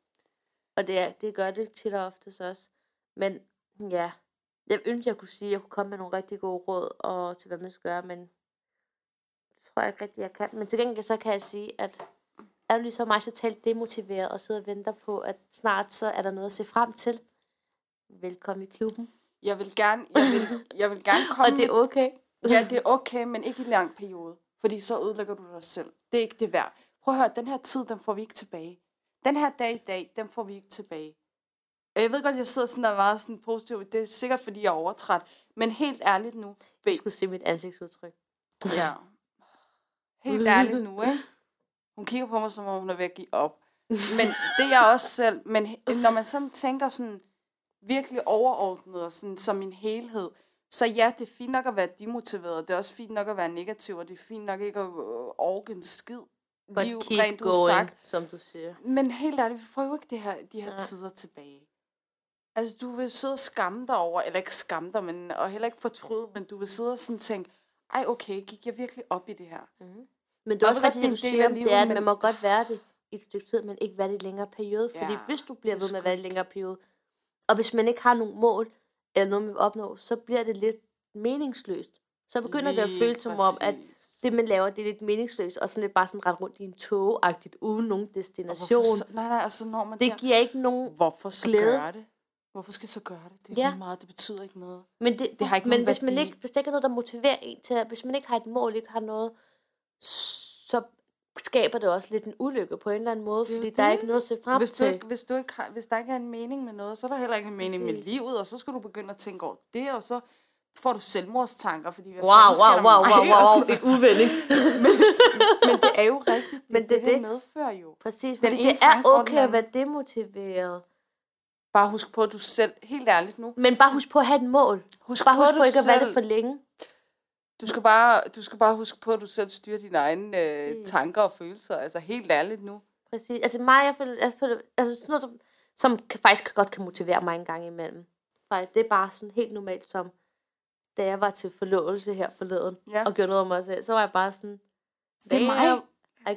Speaker 3: Og det, er, det gør det tit og oftest også. Men ja, jeg ønsker, jeg kunne sige, at jeg kunne komme med nogle rigtig gode råd og til, hvad man skal gøre, men det tror jeg ikke rigtig, jeg kan. Men til gengæld så kan jeg sige, at er du ligesom mig totalt demotiveret og sidder og venter på, at snart så er der noget at se frem til. Velkommen i klubben.
Speaker 2: Jeg vil gerne, jeg vil, jeg vil gerne komme
Speaker 3: Og det er okay.
Speaker 2: Ja, det er okay, men ikke i lang periode. Fordi så ødelægger du dig selv. Det er ikke det værd. Prøv at høre, den her tid, den får vi ikke tilbage. Den her dag i dag, den får vi ikke tilbage. Og jeg ved godt, jeg sidder sådan og er meget sådan positiv. Det er sikkert, fordi jeg er overtræt. Men helt ærligt nu, B.
Speaker 3: Jeg skulle se mit ansigtsudtryk.
Speaker 2: Ja. Helt ærligt nu, ikke? Hun kigger på mig, som om hun er ved at give op. Men det er jeg også selv. Men he- når man sådan tænker sådan virkelig overordnet og sådan, som en helhed, så ja, det er fint nok at være demotiveret. Det er også fint nok at være negativ, og det er fint nok ikke at øh, orke en skid.
Speaker 3: But
Speaker 2: Liv,
Speaker 3: keep
Speaker 2: rent
Speaker 3: going,
Speaker 2: udsagt.
Speaker 3: som du siger.
Speaker 2: Men helt ærligt, vi får jo ikke det her, de her
Speaker 3: Nej.
Speaker 2: tider tilbage. Altså, du vil sidde og skamme dig over, eller ikke skamme dig, men, og heller ikke fortryde, men du vil sidde og sådan tænke, ej, okay, gik jeg virkelig op i det her?
Speaker 3: Men det er
Speaker 2: Og
Speaker 3: også
Speaker 2: ved godt,
Speaker 3: rigtigt, det du
Speaker 2: det er en del af
Speaker 3: siger, det
Speaker 2: livet,
Speaker 3: er, at man
Speaker 2: men-
Speaker 3: må godt være det i et stykke tid, men ikke være det i en længere periode. Fordi
Speaker 2: Ja,
Speaker 3: hvis du bliver
Speaker 2: det er
Speaker 3: ved med
Speaker 2: sgu
Speaker 3: at være i en længere periode, og hvis man ikke har nogen mål, eller noget, man vil opnå, så bliver det lidt meningsløst. Så begynder det at
Speaker 2: Lige
Speaker 3: føles som om, at
Speaker 2: præcis.
Speaker 3: det, man laver, det er lidt meningsløst, og sådan lidt bare sådan ret rundt i en togagtigt, uden nogen destination.
Speaker 2: Hvorfor så, nej, nej, og så når man
Speaker 3: Det
Speaker 2: der.
Speaker 3: giver ikke nogen...
Speaker 2: Hvorfor så
Speaker 3: glæde.
Speaker 2: gøre det? Hvorfor skal jeg så gøre det? Det er
Speaker 3: Ja.
Speaker 2: ja. lige meget, det betyder ikke noget.
Speaker 3: Men, det,
Speaker 2: Det har ikke
Speaker 3: men
Speaker 2: nogen
Speaker 3: hvis, man
Speaker 2: værdi.
Speaker 3: ikke, hvis der ikke er noget, der motiverer en til at... Hvis man ikke har et mål, ikke har noget, så skaber det også lidt en ulykke på en eller anden måde,
Speaker 2: er jo
Speaker 3: fordi der er
Speaker 2: det.
Speaker 3: ikke noget at se frem
Speaker 2: Hvis, du
Speaker 3: til.
Speaker 2: ikke, hvis, du ikke har, hvis der ikke er en mening med noget, så er der heller ikke en mening med
Speaker 3: Præcis.
Speaker 2: livet, og så skal du begynde at tænke over det, og så får du selvmordstanker, fordi hvad
Speaker 3: Wow,
Speaker 2: fanden sker
Speaker 3: wow,
Speaker 2: der med
Speaker 3: wow,
Speaker 2: mig?
Speaker 3: wow,
Speaker 2: Og
Speaker 3: wow,
Speaker 2: sådan-
Speaker 3: en uvending.
Speaker 2: Men det er jo rigtigt.
Speaker 3: Men det er det.
Speaker 2: medfører jo.
Speaker 3: Præcis,
Speaker 2: Den
Speaker 3: fordi
Speaker 2: ene
Speaker 3: det er
Speaker 2: tanke går den
Speaker 3: okay at
Speaker 2: anden.
Speaker 3: være demotiveret.
Speaker 2: Bare husk på, at du selv, helt ærligt nu,
Speaker 3: Men bare husk på at have et mål.
Speaker 2: husk
Speaker 3: Bare husk
Speaker 2: du
Speaker 3: på ikke at være det
Speaker 2: selv-
Speaker 3: for længe.
Speaker 2: Du skal, bare, du skal bare huske på, at du selv styrer dine egne øh,
Speaker 3: Præcis.
Speaker 2: tanker og følelser. Altså helt ærligt nu.
Speaker 3: Præcis. Altså mig, jeg føler, jeg føler altså sådan noget, som, som kan, faktisk kan- godt kan motivere mig en gang imellem. Faktisk, det er bare sådan helt normalt, som da jeg var til forlovelse her forleden,
Speaker 2: Ja.
Speaker 3: og gjorde noget om mig selv, så var jeg bare sådan,
Speaker 2: Det er mig.
Speaker 3: "Damn,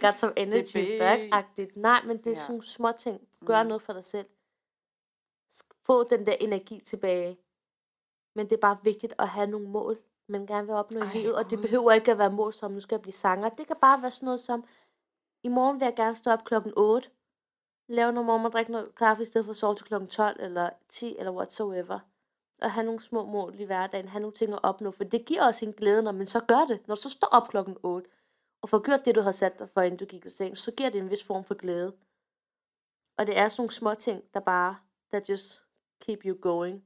Speaker 3: I got some energy
Speaker 2: big."
Speaker 3: back-agtigt. Nej, men det er ja.
Speaker 2: Ja.
Speaker 3: sådan nogle små ting. Gør mm. noget for dig selv. Sk- Få den der energi tilbage. Men det er bare vigtigt at have nogle mål, man gerne vil opnå i
Speaker 2: Ej,
Speaker 3: livet. Og det
Speaker 2: Gud.
Speaker 3: behøver ikke at være mål som, nu skal jeg blive sanger. Det kan bare være sådan noget som, i morgen vil jeg gerne stå op klokken 8, lave noget morgen og drikke noget kaffe, i stedet for at sove til klokken 12 eller 10 eller whatsoever. Og have nogle små mål i hverdagen, have nogle ting at opnå, for det giver også en glæde, når man så gør det. Når du så står op klokken 8, og får gjort det, du har sat dig for, inden du gik i seng, så giver det en vis form for glæde. Og det er sådan nogle små ting, der bare, der just keep you going.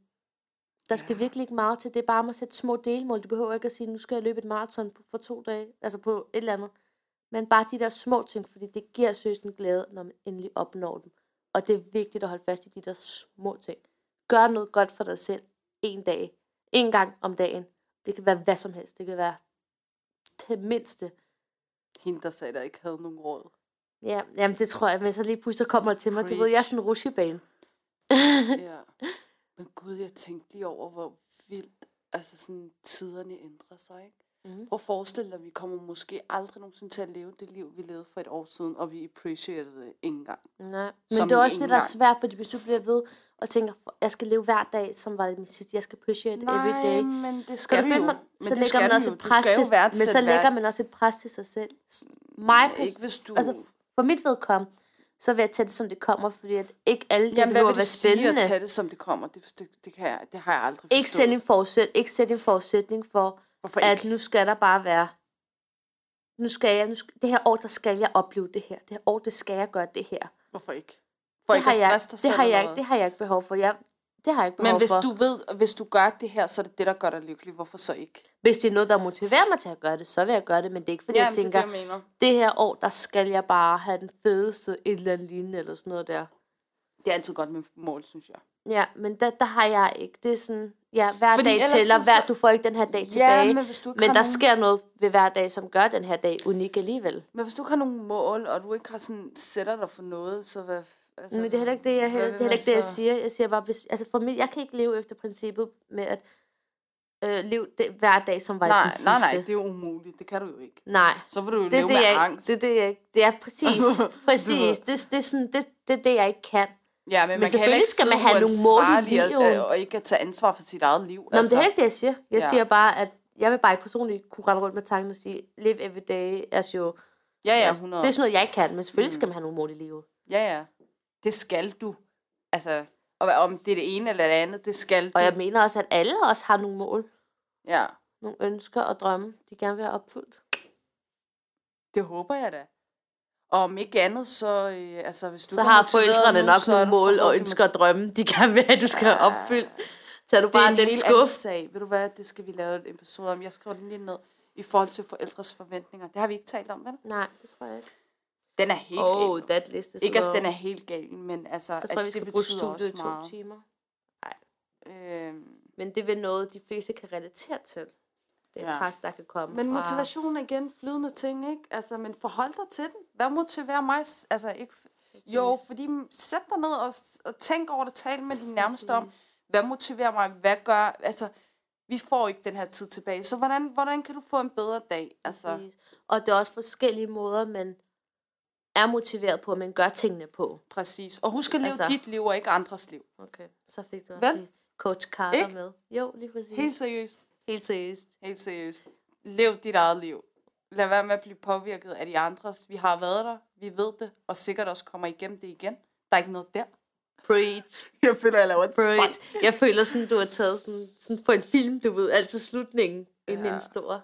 Speaker 3: Der skal
Speaker 2: Ja.
Speaker 3: virkelig ikke meget til. Det er bare om at sætte små delmål. Du behøver ikke at sige, nu skal jeg løbe et maraton på- for to dage, altså på et eller andet. Men bare de der små ting, fordi det giver søst en glæde, når man endelig opnår dem. Og det er vigtigt at holde fast i de der små ting. Gør noget godt for dig selv en dag. En gang om dagen. Det kan være hvad som helst. Det kan være det mindste.
Speaker 2: Hende, der sagde, der ikke havde nogen råd.
Speaker 3: Ja, jamen det tror jeg, men så lige pludselig kommer det til mig. Du ved, jeg er
Speaker 2: Preach.
Speaker 3: sådan en rushebane.
Speaker 2: ja. Men gud, jeg tænkte lige over, hvor vildt altså sådan, tiderne ændrer sig. Ikke?
Speaker 3: Mhm.
Speaker 2: Mm. Prøv at forestille dig, at vi kommer måske aldrig nogensinde til at leve det liv, vi levede for et år siden, og vi appreciated det ikke engang.
Speaker 3: Nej. Men
Speaker 2: Som
Speaker 3: det er
Speaker 2: i
Speaker 3: også det,
Speaker 2: en
Speaker 3: der er
Speaker 2: gang.
Speaker 3: svært, fordi hvis du bliver ved og tænker, jeg skal leve hver dag, som var det min sidste, jeg skal appreciate every day.
Speaker 2: men det
Speaker 3: Kan
Speaker 2: skal
Speaker 3: du
Speaker 2: vi jo.
Speaker 3: følge mig?
Speaker 2: Men
Speaker 3: Så
Speaker 2: det
Speaker 3: lægger
Speaker 2: skal
Speaker 3: man
Speaker 2: vi
Speaker 3: også
Speaker 2: jo.
Speaker 3: et
Speaker 2: Du
Speaker 3: pres
Speaker 2: skal jo
Speaker 3: til, men så
Speaker 2: værdsætte
Speaker 3: lægger
Speaker 2: hver-
Speaker 3: man også et pres til sig selv. Mig,
Speaker 2: Ikke hvis du...
Speaker 3: altså, for mit vedkommende, så vil jeg tage det, som det kommer, fordi at ikke alle det
Speaker 2: Jamen, hvad
Speaker 3: behøver
Speaker 2: vil
Speaker 3: at være
Speaker 2: det sige at
Speaker 3: spændende.
Speaker 2: tage det, som det kommer? Det, det, det, kan jeg, det har jeg aldrig forstået.
Speaker 3: Ikke sætte en, forudsæt, ikke sætte en forudsætning for,
Speaker 2: Hvorfor
Speaker 3: at nu skal der bare være, nu skal jeg, nu skal, det her år, der skal jeg opleve det her. Det her år, det skal jeg gøre det her.
Speaker 2: Hvorfor ikke? For
Speaker 3: det
Speaker 2: ikke at
Speaker 3: har jeg,
Speaker 2: stresse dig
Speaker 3: det
Speaker 2: selv
Speaker 3: har
Speaker 2: eller
Speaker 3: jeg, ikke,
Speaker 2: noget.
Speaker 3: det har jeg ikke behov for. Jeg, det har jeg ikke behov
Speaker 2: Men hvis
Speaker 3: for.
Speaker 2: du ved, hvis du gør det her, så er det det, der gør dig lykkelig. Hvorfor så ikke?
Speaker 3: Hvis det er noget, der motiverer mig til at gøre det, så vil jeg gøre det. Men det er ikke, fordi Jamen, jeg tænker, det,
Speaker 2: mener.
Speaker 3: det her år, der skal jeg bare have den fedeste et eller andet lignende, eller sådan noget der.
Speaker 2: Det er altid godt med mål, synes jeg.
Speaker 3: Ja, men der, der har jeg ikke. Det er sådan, ja, hver
Speaker 2: Fordi
Speaker 3: fordi dag
Speaker 2: ellers
Speaker 3: tæller,
Speaker 2: så-
Speaker 3: hver,
Speaker 2: så-
Speaker 3: du får ikke den her dag tilbage.
Speaker 2: men hvis du ikke
Speaker 3: men
Speaker 2: har
Speaker 3: der
Speaker 2: nogen-
Speaker 3: sker noget ved hver dag, som gør den her dag unik alligevel.
Speaker 2: Men hvis du ikke har nogle mål, og du ikke har sådan, sætter dig for noget, så hvad... Altså,
Speaker 3: Men det er heller ikke det, jeg,
Speaker 2: hvad
Speaker 3: heller, det,
Speaker 2: vil
Speaker 3: er
Speaker 2: man
Speaker 3: heller ikke det, jeg
Speaker 2: så-
Speaker 3: siger. Jeg siger bare, hvis, altså for mig, jeg kan ikke leve efter princippet med at øh, leve det, hver dag, som var
Speaker 2: Nej,
Speaker 3: den sidste.
Speaker 2: nej, nej, det er jo umuligt. Det kan du jo ikke.
Speaker 3: nej.
Speaker 2: Så vil du jo
Speaker 3: det er
Speaker 2: leve
Speaker 3: det,
Speaker 2: med
Speaker 3: jeg, ikke-
Speaker 2: angst.
Speaker 3: Det er det, jeg ikke. Det er præcis.
Speaker 2: Altså, du
Speaker 3: præcis.
Speaker 2: ved.
Speaker 3: Det, det, er sådan, det, det er det, jeg ikke kan.
Speaker 2: ja, men, man kan heller
Speaker 3: selvfølgelig
Speaker 2: ikke
Speaker 3: skal man
Speaker 2: sidde
Speaker 3: have nogle mål i
Speaker 2: uansvarlig
Speaker 3: livet.
Speaker 2: og, og, og ikke at tage ansvar for sit eget liv. Altså,
Speaker 3: Nå, men det er heller ikke det, jeg siger. Jeg ja.
Speaker 2: Ja.
Speaker 3: siger bare, at jeg vil bare ikke personligt kunne rende rundt med tanken og sige, live every day as you.
Speaker 2: Ja, ja, Mm.
Speaker 3: Altså,
Speaker 2: 100.
Speaker 3: det er sådan noget, jeg ikke kan, men selvfølgelig skal man have nogle mål i livet.
Speaker 2: Ja, ja. Det skal du. Altså, og hvad- om det er det ene eller det andet, det skal
Speaker 3: Og
Speaker 2: du.
Speaker 3: jeg mener også, at alle også har nogle mål,
Speaker 2: Ja,
Speaker 3: nogle ønsker og drømme, de gerne vil have opfyldt.
Speaker 2: det håber jeg da. Og om ikke andet, så... Øh, altså, hvis du
Speaker 3: Så
Speaker 2: ikke er
Speaker 3: har
Speaker 2: motiveret
Speaker 3: forældrene
Speaker 2: nu,
Speaker 3: nok
Speaker 2: så er du
Speaker 3: nogle mål og
Speaker 2: forhåbentlig
Speaker 3: ønsker og drømme, de gerne vil have, du skal have opfyldt. Så er du
Speaker 2: Det er
Speaker 3: bare
Speaker 2: en
Speaker 3: lidt
Speaker 2: helt anden
Speaker 3: skuff.
Speaker 2: sag. Ved du hvad, det skal vi lave et episode om. Jeg skriver den lige ned i forhold til forældres forventninger. Det har vi ikke talt om, vel?
Speaker 3: Nej, det tror jeg ikke.
Speaker 2: Den er helt
Speaker 3: Oh,
Speaker 2: gal.
Speaker 3: that list is
Speaker 2: Ikke,
Speaker 3: long.
Speaker 2: at den er helt gal, men altså,
Speaker 3: Så tror jeg, vi
Speaker 2: at
Speaker 3: skal
Speaker 2: det
Speaker 3: bruge
Speaker 2: betyder også
Speaker 3: studiet i to
Speaker 2: meget.
Speaker 3: timer.
Speaker 2: Øhm,
Speaker 3: Men det er vel noget, de fleste kan relatere til. Det er ja.
Speaker 2: Ja.
Speaker 3: pres, der kan komme
Speaker 2: Men
Speaker 3: fra-
Speaker 2: motivation er igen flydende ting, ikke? Altså, men forhold dig til den. Hvad motiverer mig? S- Altså, ikke... f- Jo, fordi sæt dig ned og, s- og tænk over det. Tal med dine nærmeste om, hvad motiverer mig? Hvad gør... Altså, vi får ikke den her tid tilbage. Så hvordan, hvordan kan du få en bedre dag? Altså,
Speaker 3: Præcis. Og det er også forskellige måder, man er motiveret på, og man gør tingene på.
Speaker 2: præcis. Og husk at leve
Speaker 3: Altså-
Speaker 2: altså, dit liv og ikke andres liv.
Speaker 3: Okay. Så fik du også
Speaker 2: Vel?
Speaker 3: lige coach Carter
Speaker 2: Ikke?
Speaker 3: med. Jo, lige præcis.
Speaker 2: Helt seriøst.
Speaker 3: Helt seriøst.
Speaker 2: Helt seriøst. Lev dit eget liv. Lad være med at blive påvirket af de andres. Vi har været der, vi ved det, og sikkert også kommer igennem det igen. Der er ikke noget der.
Speaker 3: Preach.
Speaker 2: Jeg føler, jeg laver et
Speaker 3: Preach. Jeg føler sådan, du har taget sådan, sådan på en film, du ved, altid slutningen, inden
Speaker 2: Ja.
Speaker 3: en stor.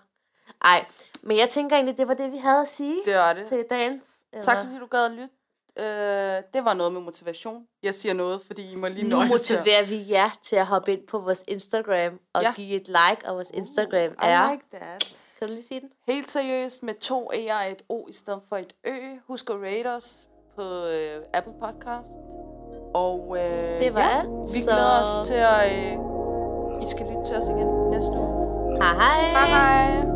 Speaker 3: Ej, men jeg tænker egentlig, det var det, vi havde at sige
Speaker 2: Det er det.
Speaker 3: til dagens. øh, Eller...
Speaker 2: Tak fordi du gad at lytte. Øh, det var noget med motivation. Jeg siger noget, fordi I må lige
Speaker 3: Nu
Speaker 2: nøjes til at-
Speaker 3: motiverer vi jer til at hoppe ind på vores Instagram og
Speaker 2: Ja.
Speaker 3: ja. give et like, og vores Instagram
Speaker 2: I
Speaker 3: er...
Speaker 2: like that.
Speaker 3: Kan du lige sige den?
Speaker 2: Helt seriøst, med to E'er og et O i stedet for et Ø. Husk at rate os på øh, Apple Podcast. Og øh,
Speaker 3: Det var
Speaker 2: ja,
Speaker 3: alt,
Speaker 2: vi
Speaker 3: så-
Speaker 2: glæder os til at... Øh, I skal lytte til os igen næste uge.
Speaker 3: Hej hej!
Speaker 2: Hej hej!